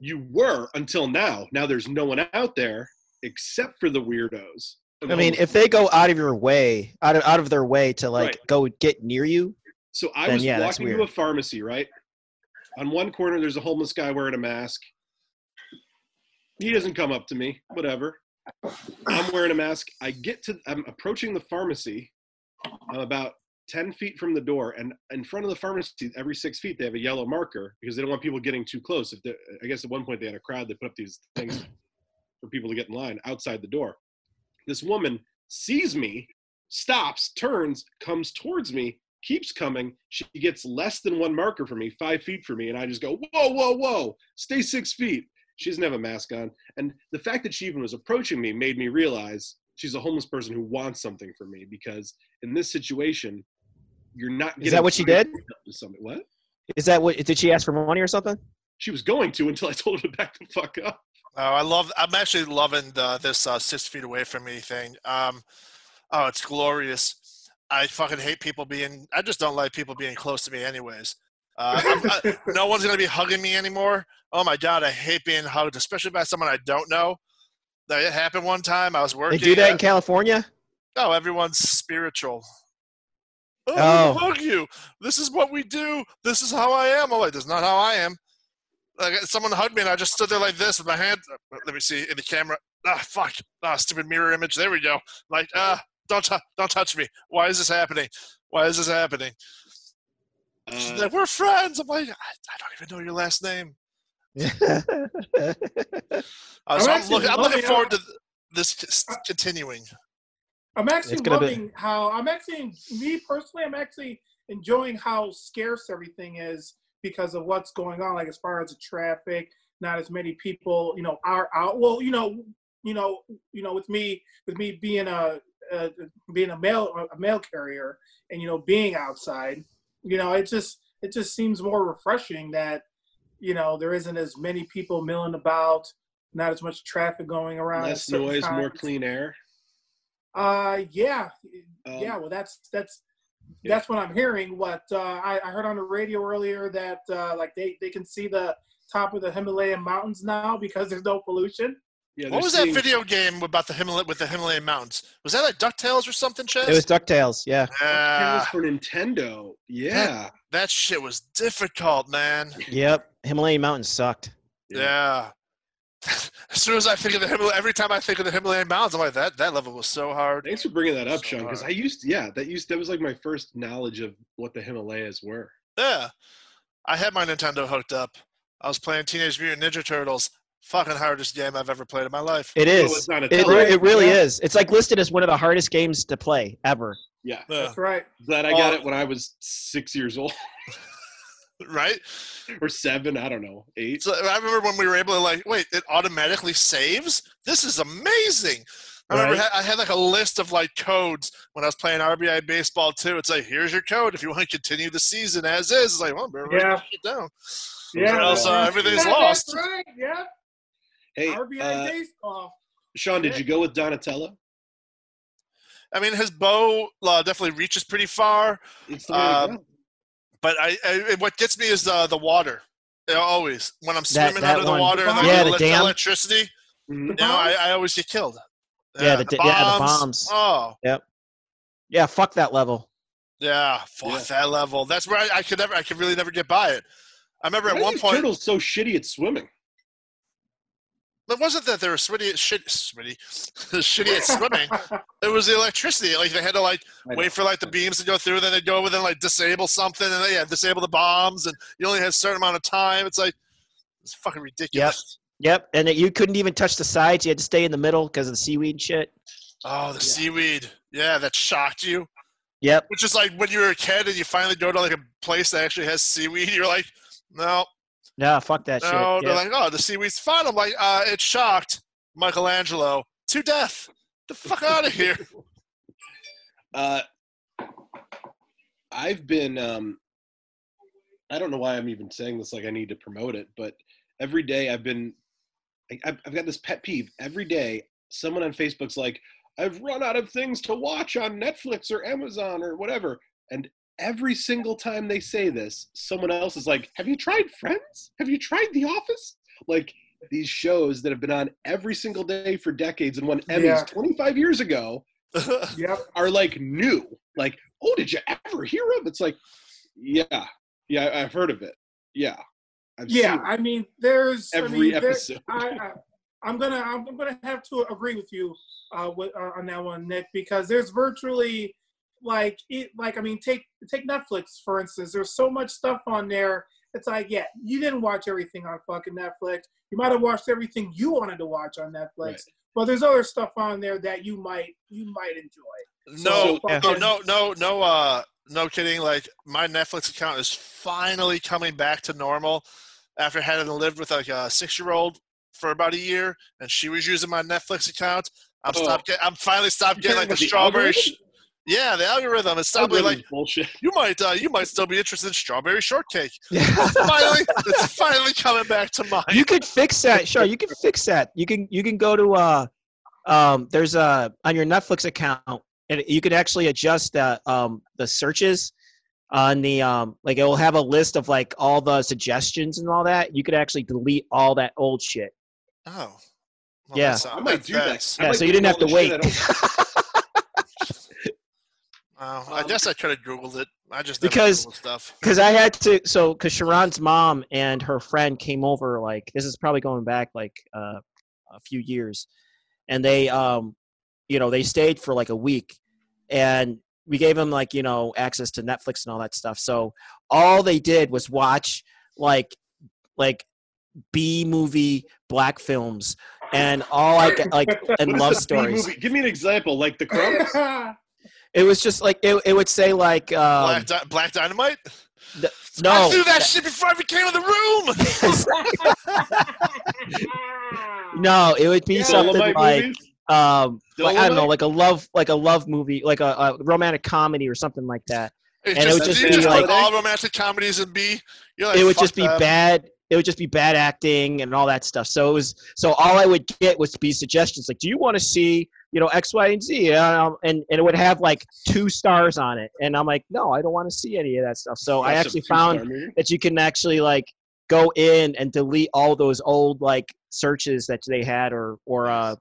Speaker 1: you were until now. Now there's no one out there except for the weirdos.
Speaker 2: I mean, if they go out of your way, out of out of their way to like
Speaker 1: Right.
Speaker 2: go get near you,
Speaker 1: so I
Speaker 2: then
Speaker 1: was
Speaker 2: yeah, that's
Speaker 1: walking to a
Speaker 2: weird.
Speaker 1: pharmacy, right? On one corner, there's a homeless guy wearing a mask. He doesn't come up to me. Whatever. I'm wearing a mask. I get to. I'm approaching the pharmacy. I'm about ten feet from the door, and in front of the pharmacy, every six feet, they have a yellow marker because they don't want people getting too close. If they're- I guess at one point they had a crowd, they put up these things for people to get in line outside the door. This woman sees me, stops, turns, comes towards me, keeps coming. She gets less than one marker from me, five feet from me, and I just go, whoa, whoa, whoa, stay six feet. She doesn't have a mask on. And the fact that she even was approaching me made me realize she's a homeless person who wants something from me because in this situation, you're not
Speaker 2: is that what she did?
Speaker 1: Something. What?
Speaker 2: Is that what did she ask for money or something?
Speaker 1: She was going to until I told her to back the fuck up.
Speaker 3: Oh, I love. I'm actually loving the, this uh, six feet away from me thing. Um, oh, it's glorious. I fucking hate people being. I just don't like people being close to me, anyways. Uh, I'm- I- no one's gonna be hugging me anymore. Oh my god, I hate being hugged, especially by someone I don't know. That it happened one time. I was
Speaker 2: They
Speaker 3: working.
Speaker 2: do that in California.
Speaker 3: Oh, everyone's spiritual. Oh,
Speaker 2: Oh.
Speaker 3: I'm gonna hug you. This is what we do. This is how I am. I'm like, that's not how I am. Like someone hugged me, and I just stood there like this with my hand. uh, Let me see in the camera. Ah, fuck. Ah, stupid mirror image. There we go. Like, ah, don't tou- don't touch me. Why is this happening? Why is this happening? She's
Speaker 1: Uh,
Speaker 3: like, we're friends. I'm like, I, I don't even know your last name. Uh, so
Speaker 4: I'm
Speaker 3: I'm
Speaker 4: actually
Speaker 3: looking, I'm
Speaker 4: loving it.
Speaker 3: looking forward to th- this c- s- continuing.
Speaker 4: I'm actually
Speaker 2: It's gonna be-
Speaker 4: loving how I'm actually me personally. I'm actually enjoying how scarce everything is because of what's going on. Like as far as the traffic, not as many people, you know, are out. Well, you know, you know, you know, with me, with me being a, a being a mail a mail carrier, and you know, being outside, you know, it just it just seems more refreshing that you know there isn't as many people milling about, not as much traffic going around. at
Speaker 1: less
Speaker 4: certain
Speaker 1: noise, more
Speaker 4: times.
Speaker 1: clean air.
Speaker 4: Uh, yeah,
Speaker 1: Um,
Speaker 4: yeah, well, that's that's
Speaker 1: Yeah.
Speaker 4: that's what I'm hearing. What uh, I, I heard on the radio earlier that uh, like they, they can see the top of the Himalayan mountains now because there's no pollution.
Speaker 1: yeah,
Speaker 3: What
Speaker 1: they're
Speaker 3: was
Speaker 1: seeing-
Speaker 3: that video game about the Himalay with the Himalayan mountains? Was that like Ducktales or something, Chaz?
Speaker 2: it was Ducktales. Yeah,
Speaker 1: That
Speaker 3: Ah,
Speaker 1: was for Nintendo. Yeah.
Speaker 3: that shit was difficult, man.
Speaker 2: yep. Himalayan mountains sucked.
Speaker 3: Yeah. as soon as I think of the Himalaya, every time I think of the Himalayan mountains, I'm like, that that level was so hard.
Speaker 1: Thanks for bringing that up,
Speaker 3: So
Speaker 1: Sean. Because I
Speaker 3: hard.
Speaker 1: used, yeah, that used that was like my first knowledge of what the Himalayas were.
Speaker 3: Yeah. I had my Nintendo hooked up. I was playing Teenage Mutant Ninja Turtles. Fucking hardest game I've ever played in my life.
Speaker 2: It
Speaker 1: Oh,
Speaker 2: is.
Speaker 1: it's not a
Speaker 2: It,
Speaker 1: tele-
Speaker 2: re- it really
Speaker 4: Yeah.
Speaker 2: is. It's like listed as one of the hardest games to play ever.
Speaker 1: yeah.
Speaker 3: Yeah.
Speaker 4: That's right.
Speaker 1: Glad I got
Speaker 3: Oh.
Speaker 1: it when I was six years old
Speaker 3: Right?
Speaker 1: or seven. I don't know, eight.
Speaker 3: So I remember when we were able to like, wait, it automatically saves. This is amazing. I remember
Speaker 2: Right.
Speaker 3: ha- I had like a list of like codes when I was playing RBI baseball too. It's like, here's your code if you want to continue the season as is. It's like, well, better write
Speaker 4: Yeah.
Speaker 3: that shit down.
Speaker 4: Yeah,
Speaker 3: Or else uh,
Speaker 4: that's-
Speaker 3: everything's
Speaker 4: yeah,
Speaker 3: lost.
Speaker 4: That's right. Yeah,
Speaker 1: Hey,
Speaker 4: RBI
Speaker 1: uh,
Speaker 4: baseball.
Speaker 1: Sean, did you go with Donatello?
Speaker 3: I mean, his bow uh, definitely reaches pretty far,
Speaker 1: It's the way to
Speaker 2: Uh,
Speaker 3: Um,
Speaker 1: go.
Speaker 3: but I, I what gets me is the the water. You know, always when I'm
Speaker 2: That-
Speaker 3: swimming
Speaker 2: that
Speaker 3: under
Speaker 2: one.
Speaker 3: the water and
Speaker 4: Yeah,
Speaker 3: yeah,
Speaker 2: the
Speaker 3: the
Speaker 2: dam.
Speaker 3: electricity,
Speaker 1: Mhm.
Speaker 3: you know, I, I always get killed. Uh,
Speaker 2: Yeah, the da- yeah, the bombs.
Speaker 3: Oh,
Speaker 2: Yeah, fuck that level.
Speaker 3: yeah, fuck
Speaker 1: Yeah.
Speaker 3: that level. That's where I, I could never, I could really never get by it. I remember
Speaker 1: Why
Speaker 3: at
Speaker 1: are
Speaker 3: one
Speaker 1: these
Speaker 3: point,
Speaker 1: turtles so shitty at swimming.
Speaker 3: it wasn't that they were shitty, shit, shitty, shitty at swimming. it was the electricity. Like they had to like
Speaker 1: I know.
Speaker 3: wait for like the beams to go through, then they'd go over, then like disable something, and then, yeah, disable the bombs, and you only had a certain amount of time. It's like it's fucking ridiculous.
Speaker 2: Yep, and that you couldn't even touch the sides. You had to stay in the middle because of the seaweed and shit.
Speaker 3: Oh, the seaweed. Yeah, that shocked you.
Speaker 2: Yep.
Speaker 3: Which is like when you were a kid and you finally go to like a place that actually has seaweed, you're like, no,
Speaker 2: No, fuck that shit.
Speaker 3: no. They're
Speaker 2: Yep.
Speaker 3: like, oh, the seaweed's fine. I'm like, uh, it shocked Michelangelo to death. The fuck out of here.
Speaker 1: Uh, I've been. Um, I don't know why I'm even saying this. Like I need to promote it, but every day I've been. I- I've, I've got this pet peeve. Every day, someone on Facebook's like, "I've run out of things to watch on Netflix or Amazon or whatever," and every single time they say this, someone else is like, "Have you tried Friends? Have you tried The Office?" Like these shows that have been on every single day for decades and won Emmys
Speaker 4: Yeah.
Speaker 1: 25 years ago
Speaker 4: Yep.
Speaker 1: are like new. Like, oh, did you ever hear of? It's like, yeah, yeah, I- I've heard of it. Yeah, I've
Speaker 4: Yeah,
Speaker 1: seen it
Speaker 4: I mean, there's I
Speaker 1: every
Speaker 4: mean, there-
Speaker 1: episode.
Speaker 4: I, I, I'm gonna I'm gonna have to agree with you uh, with, uh, on that one, Nick, because there's virtually like it, like I mean, take take Netflix for instance. There's so much stuff on there. It's like, yeah, you didn't watch everything on fucking Netflix. You might have watched everything you wanted to watch on Netflix,
Speaker 1: Right.
Speaker 4: but there's other stuff on there that you might you might enjoy.
Speaker 3: No,
Speaker 4: So, yeah.
Speaker 3: no, no, no, no, uh, no kidding. Like my Netflix account is finally coming back to normal after having lived with like a six-year-old for about a year, and she was using my Netflix account. I'm
Speaker 1: Oh.
Speaker 3: stopped. Get, I'm finally stopped getting like the,
Speaker 1: With the
Speaker 3: strawberry.
Speaker 1: algorithm?
Speaker 3: Sh- yeah, the algorithm. It's stopped
Speaker 1: Algorithm's
Speaker 3: being like
Speaker 1: bullshit.
Speaker 3: you might, uh, you might still be interested in strawberry shortcake.
Speaker 2: Yeah.
Speaker 3: Finally, it's finally coming back to mine.
Speaker 2: you could fix that sure you can fix that you can you can go to uh um there's a on your netflix account and you can actually adjust the um the searches on the um like it will have a list of like all the suggestions and all that you could actually delete all that old shit
Speaker 3: oh.
Speaker 2: Yeah.
Speaker 3: that's- uh,
Speaker 1: I might
Speaker 3: that's-
Speaker 1: do that.
Speaker 3: Ah, that's-
Speaker 1: I
Speaker 2: yeah
Speaker 1: might
Speaker 2: so
Speaker 1: do
Speaker 2: you didn't
Speaker 1: all
Speaker 2: have to
Speaker 1: the shit
Speaker 2: wait
Speaker 1: I don't-
Speaker 3: Oh, I
Speaker 1: Um,
Speaker 3: guess I could have googled it. I just never
Speaker 2: Because-
Speaker 3: Google stuff.
Speaker 2: because i had to so because sharon's mom and her friend came over like this is probably going back like uh, a few years and they um you know they stayed for like a week and
Speaker 5: we gave him like you know access to Netflix and all that stuff. So all they did was watch like like B movie black films, and all I got, like and
Speaker 1: What
Speaker 5: love
Speaker 1: is the B
Speaker 5: stories.
Speaker 1: Movie? Give me an example, like The Crumbs.
Speaker 5: It was just like it, it would say like um,
Speaker 3: Black, Di- Black Dynamite.
Speaker 5: no.
Speaker 3: I threw that shit before I became in the room.
Speaker 2: No, it would be
Speaker 1: The
Speaker 2: something
Speaker 1: Dolomite
Speaker 2: like
Speaker 1: movies?
Speaker 2: um, like I don't know,
Speaker 1: Dolomite?
Speaker 2: like a love, like a love movie, like a, a romantic comedy or something like that.
Speaker 3: It's
Speaker 2: And it
Speaker 3: just,
Speaker 2: would just
Speaker 3: you
Speaker 1: be
Speaker 3: just
Speaker 1: like-
Speaker 3: put all romantic comedies in B. You're like,
Speaker 2: it would
Speaker 3: "Fuck
Speaker 2: just be
Speaker 3: them."
Speaker 2: bad. It would just be bad acting and all that stuff. So it was. So all I would get was be suggestions like, "Do you want to see you know X, Y, and Z?" And, um, and and it would have like two stars on it, and I'm like, "No, I don't want to see any of that stuff." So I
Speaker 1: That's a
Speaker 2: actually
Speaker 1: two-star
Speaker 2: found
Speaker 1: movie.
Speaker 2: that you can actually like go in and delete all those old like searches that they had or or uh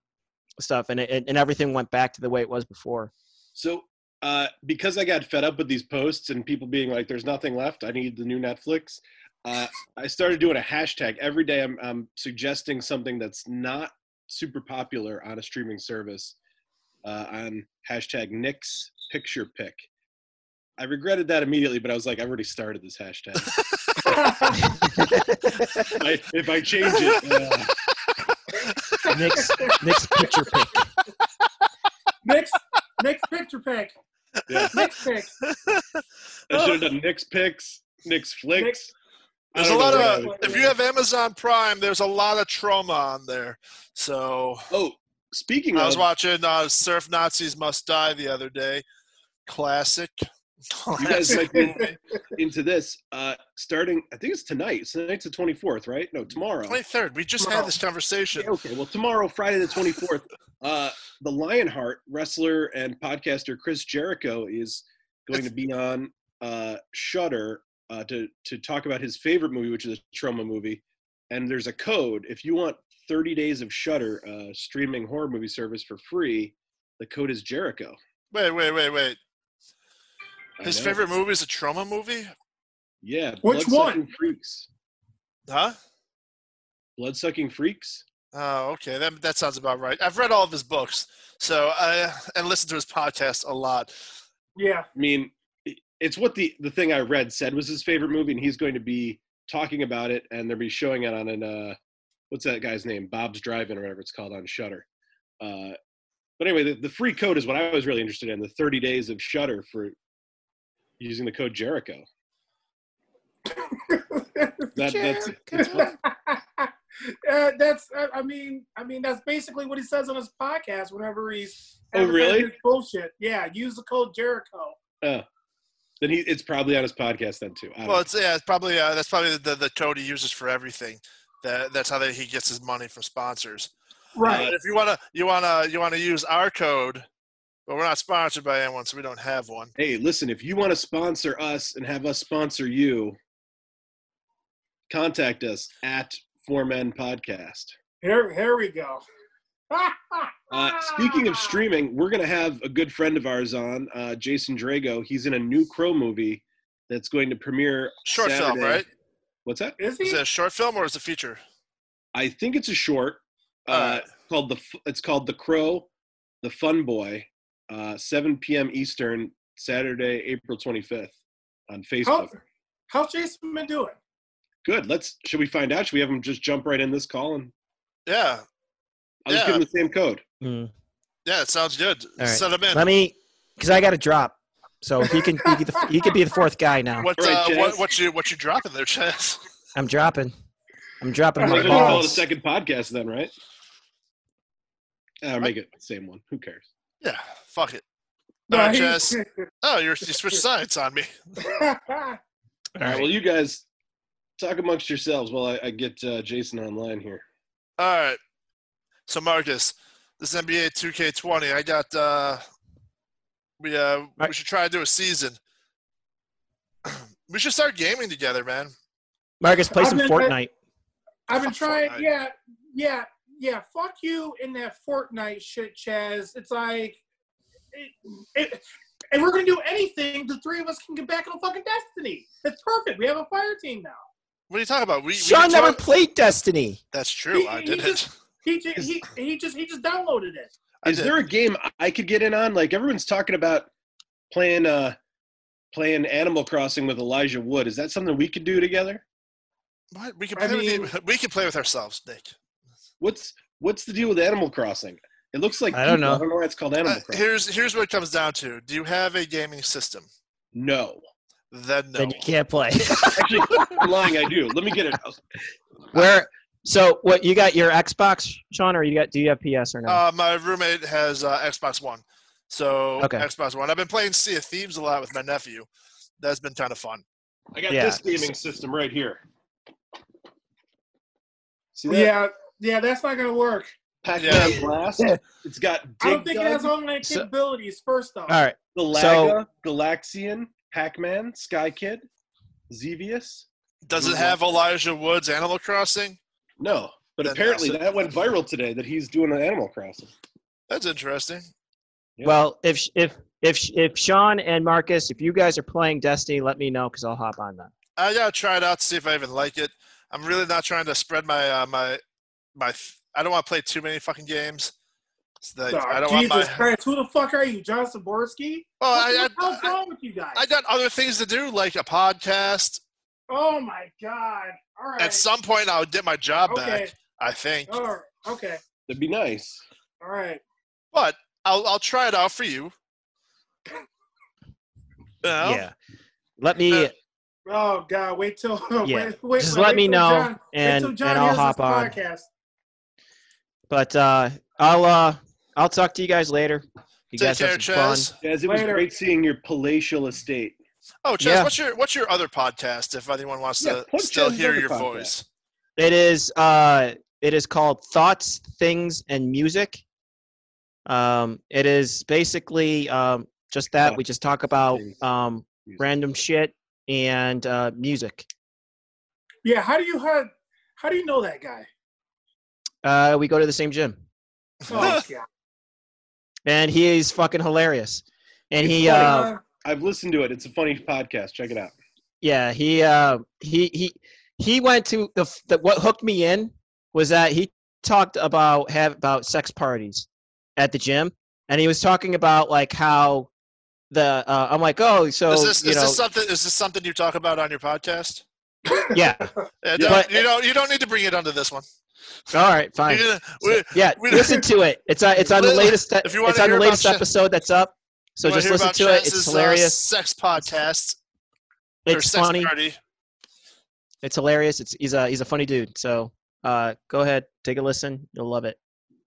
Speaker 2: stuff and it, and everything went back to the way it was before
Speaker 1: So, uh, because I got fed up with these posts and people being like, "There's nothing left. I need the new Netflix," uh, I started doing a hashtag every day. I'm, I'm suggesting something that's not super popular on a streaming service uh, on hashtag Nick's Picture Pick. I regretted that immediately, but I was like, I've already started this hashtag. I, if I change it, uh,
Speaker 2: nick's nick's picture pick
Speaker 4: next, next picture pick.
Speaker 1: yeah.
Speaker 4: Next pick.
Speaker 1: I should have done Nick's picks, Nick's flicks. I
Speaker 3: There's a
Speaker 1: don't
Speaker 3: lot
Speaker 1: know what I
Speaker 3: of
Speaker 1: was
Speaker 3: if
Speaker 1: doing.
Speaker 3: you have Amazon Prime, there's a lot of trauma on there. So
Speaker 1: Oh, speaking
Speaker 3: I
Speaker 1: of,
Speaker 3: was watching uh, Surf Nazis Must Die the other day. Classic.
Speaker 1: you guys might be into this uh starting i think it's tonight so tonight's the 24th right no tomorrow
Speaker 3: 23rd. We just had this conversation.
Speaker 1: Yeah, okay well tomorrow friday the 24th uh the lionheart wrestler and podcaster chris jericho is going to be on uh shutter uh to to talk about his favorite movie which is a trauma movie and there's a code if you want 30 days of shutter uh streaming horror movie service for free the code is jericho
Speaker 3: Wait, wait, wait, wait.
Speaker 1: I
Speaker 3: His
Speaker 1: know.
Speaker 3: favorite movie is a trauma movie?
Speaker 1: yeah
Speaker 4: Which one?
Speaker 1: Bloodsucking freaks
Speaker 3: Huh?
Speaker 1: bloodsucking freaks
Speaker 3: Oh, okay. That that sounds about right. I've read all of his books, so I and listened to his podcast a lot.
Speaker 4: Yeah.
Speaker 1: I mean, it- it's what the the thing I read said was his favorite movie, and he's going to be talking about it, and they'll be showing it on an uh, what's that guy's name? Bob's Drive-In or whatever it's called on Shutter. Uh, but anyway, the, the free code is what I was really interested in. The 30 days of Shutter for using the code Jericho. That, that's, that's what-
Speaker 4: Uh, that's I- I mean I mean that's basically what he says on his podcast whenever he's
Speaker 1: Oh, really?
Speaker 4: advertising bullshit. Yeah, use the code Jericho.
Speaker 1: then he it's probably on his podcast then too. I
Speaker 5: Hmm.
Speaker 1: don't
Speaker 3: Well,
Speaker 1: know.
Speaker 3: it's yeah, it's probably uh, that's probably the the code he uses for everything. That that's how that he gets his money from sponsors.
Speaker 4: Right.
Speaker 3: But if you wanna you wanna you wanna use our code, but we're not sponsored by anyone, so we don't have one.
Speaker 1: hey, listen, if you want to sponsor us and have us sponsor you, contact us at Four Men Podcast.
Speaker 4: Here here we go.
Speaker 1: Uh, speaking of streaming, we're going to have a good friend of ours on, uh, Jason Drago. He's in a new Crow movie that's going to premiere.
Speaker 3: Short film,
Speaker 1: Saturday.
Speaker 3: right?
Speaker 1: What's that?
Speaker 4: Is
Speaker 3: Is
Speaker 4: he?
Speaker 3: it a short film or is it a feature?
Speaker 1: I think it's a short uh,
Speaker 3: Alright.
Speaker 1: called the. F- It's called The Crow, The Fun Boy, uh, 7 p.m. Eastern, Saturday, April 25th, on Facebook.
Speaker 4: How, how's Jason been doing?
Speaker 1: Good. Let's. Should we find out? Should we have him just jump right in this call and
Speaker 3: Yeah,
Speaker 1: I'll just give him the same code.
Speaker 5: Mm.
Speaker 3: yeah, it sounds good.
Speaker 5: All right.
Speaker 3: Send him in.
Speaker 5: Let me, because I got to drop. So if you can, you can, you can be the fourth guy now.
Speaker 3: What,
Speaker 1: All right,
Speaker 3: uh,
Speaker 1: Chaz.
Speaker 3: what what you what you dropping there, Chaz?
Speaker 5: I'm dropping. I'm dropping
Speaker 2: Oh
Speaker 1: I'm
Speaker 5: my
Speaker 1: gonna call it a
Speaker 5: balls.
Speaker 1: second podcast then, right? I'll make it the same one. Who cares?
Speaker 3: Yeah, fuck it. All
Speaker 4: No,
Speaker 1: Uh,
Speaker 3: right,
Speaker 4: he-
Speaker 3: Chaz. Oh, you're, you switched sides on me.
Speaker 1: All right. Well, you guys talk amongst yourselves while I, I get uh, Jason online here.
Speaker 3: All right. So Marcus, this is NBA 2K20. I got. uh We uh we
Speaker 5: Right.
Speaker 3: should try to do a season. we should start gaming together, man.
Speaker 5: Marcus, play
Speaker 4: I've
Speaker 5: some
Speaker 4: been-
Speaker 5: Fortnite.
Speaker 4: I've been
Speaker 3: Fuck
Speaker 4: trying.
Speaker 3: Fortnite.
Speaker 4: Yeah, yeah, yeah. Fuck you in that Fortnite shit, Chaz. It's like, it, it, and we're gonna do anything. The three of us can get back on fucking Destiny. That's perfect. We have a fire team now.
Speaker 3: What are you talking about? We, we
Speaker 5: Sean
Speaker 3: can
Speaker 5: never
Speaker 3: talk-
Speaker 5: played Destiny.
Speaker 3: That's true.
Speaker 4: He-
Speaker 3: I
Speaker 4: he
Speaker 3: did it.
Speaker 4: just- He ju- he he just he just downloaded it.
Speaker 3: I
Speaker 1: Is
Speaker 3: did.
Speaker 1: there a game I could get in on? Like everyone's talking about playing uh playing Animal Crossing with Elijah Wood. Is that something we could do together?
Speaker 3: What? We can
Speaker 4: I
Speaker 3: play with the,
Speaker 4: mean-
Speaker 3: we can play with ourselves, Nick.
Speaker 1: What's what's the deal with Animal Crossing? It looks like
Speaker 5: I don't
Speaker 1: people-
Speaker 5: know.
Speaker 1: I don't know why it's called Animal
Speaker 3: Uh,
Speaker 1: Crossing.
Speaker 3: here's here's what it comes down to. Do you have a gaming system?
Speaker 1: no,
Speaker 3: Then no.
Speaker 5: Then you can't play.
Speaker 1: actually, I'm lying. I do. Let me get it.
Speaker 2: Where? So what? You got your Xbox, Sean, or you got? Do you have PS or no?
Speaker 3: Uh, my roommate has uh, Xbox One, so
Speaker 2: Okay.
Speaker 3: Xbox One. I've been playing Sea of Thieves a lot with my nephew. That's been kind of fun.
Speaker 1: I got
Speaker 2: Yeah.
Speaker 1: this gaming system right here. See that?
Speaker 4: Yeah, yeah, that's not gonna work.
Speaker 1: Pac-Man Blast. It's got
Speaker 4: I don't
Speaker 1: Dig
Speaker 4: think it
Speaker 1: Dug,
Speaker 4: has online
Speaker 2: So-
Speaker 4: capabilities. First off,
Speaker 2: All right.
Speaker 1: Galaga,
Speaker 2: so-
Speaker 1: Galaxian, Pac-Man, Sky Kid, Xevious.
Speaker 3: Does it
Speaker 1: Mhm.
Speaker 3: have Elijah Woods Animal Crossing?
Speaker 1: No, but
Speaker 3: Then
Speaker 1: apparently
Speaker 3: that's it.
Speaker 1: that went viral today that he's doing an Animal Crossing.
Speaker 3: That's interesting.
Speaker 1: Yeah.
Speaker 2: Well, if if if if Sean and Marcus, if you guys are playing Destiny, let me know because I'll hop on that.
Speaker 3: I gotta try it out to see if I even like it. I'm really not trying to spread my uh, my my. th- I don't want to play too many fucking games. It's like,
Speaker 4: Oh,
Speaker 3: I don't
Speaker 4: Jesus
Speaker 3: want my.
Speaker 4: Christ, who the fuck are you, John Saborski?
Speaker 3: Oh, I,
Speaker 4: what the
Speaker 3: I,
Speaker 4: hell's
Speaker 3: I,
Speaker 4: wrong with you guys?
Speaker 3: I got other things to do, like a podcast.
Speaker 4: oh my god! All right.
Speaker 3: At some point, I would get my job
Speaker 4: okay. Oh.
Speaker 3: back. I think,
Speaker 4: All right. Okay.
Speaker 1: That'd be nice.
Speaker 4: All right.
Speaker 3: but I'll I'll try it out for you. You know?
Speaker 2: Yeah. Let me
Speaker 3: Uh,
Speaker 4: Oh god! Wait till
Speaker 2: Yeah.
Speaker 4: wait, wait,
Speaker 2: just
Speaker 4: wait
Speaker 2: let me
Speaker 4: till
Speaker 2: know,
Speaker 4: John- wait
Speaker 2: and
Speaker 4: till
Speaker 2: and
Speaker 4: John
Speaker 2: I'll
Speaker 4: hears
Speaker 2: hop
Speaker 4: this
Speaker 2: on.
Speaker 4: Podcast.
Speaker 2: But uh, I'll uh, I'll talk to you guys later. You
Speaker 3: Take
Speaker 2: guys
Speaker 3: care,
Speaker 2: have some fun.
Speaker 3: Chaz.
Speaker 1: Guys, it was
Speaker 4: Later.
Speaker 1: great seeing your palatial estate.
Speaker 3: Oh, Chaz,
Speaker 2: Yeah.
Speaker 3: what's your what's your other podcast? If anyone wants
Speaker 1: Yeah,
Speaker 3: to
Speaker 1: plug
Speaker 3: still
Speaker 1: Chaz's
Speaker 3: hear
Speaker 1: other
Speaker 3: your
Speaker 1: podcast.
Speaker 3: voice,
Speaker 2: It is uh it is called Thoughts, Things and Music. Um it is basically um just that we just talk about
Speaker 1: Things,
Speaker 2: um
Speaker 1: music.
Speaker 2: random shit and uh music.
Speaker 4: Yeah. How do you how, how do you know that guy?
Speaker 2: Uh we go to the same gym.
Speaker 4: Oh god!
Speaker 2: And he is fucking hilarious. And
Speaker 1: It's
Speaker 2: he
Speaker 1: funny.
Speaker 2: uh
Speaker 1: I've listened to it. It's a funny podcast. Check it out.
Speaker 2: yeah, he uh he he he went to the, f- the what hooked me in was that he talked about have about sex parties at the gym and he was talking about like how the uh, I'm like, "Oh, so
Speaker 3: is this
Speaker 2: you
Speaker 3: is
Speaker 2: know,
Speaker 3: this something is this something you talk about on your podcast?
Speaker 2: yeah.
Speaker 3: Uh,
Speaker 1: Yeah.
Speaker 3: don't-
Speaker 2: But-
Speaker 3: you don't you don't need to bring it onto this one.
Speaker 2: All right, fine.
Speaker 3: You- we-
Speaker 2: yeah,
Speaker 3: we-
Speaker 2: listen to it. It's on, it's on the
Speaker 3: Li-
Speaker 2: latest. e,
Speaker 3: if you wanna
Speaker 2: It's on
Speaker 3: hear
Speaker 2: the
Speaker 3: about
Speaker 2: latest
Speaker 3: Sha-
Speaker 2: episode that's up. So
Speaker 3: you wanna
Speaker 2: just
Speaker 3: hear
Speaker 2: listen
Speaker 3: about
Speaker 2: to it. It's
Speaker 3: Chaz's, uh,
Speaker 2: hilarious.
Speaker 3: sex podcast. or
Speaker 2: It's
Speaker 3: sex
Speaker 2: funny.
Speaker 3: party.
Speaker 2: It's hilarious. It's he's a he's a funny dude. So uh, go ahead, take a listen. You'll love it.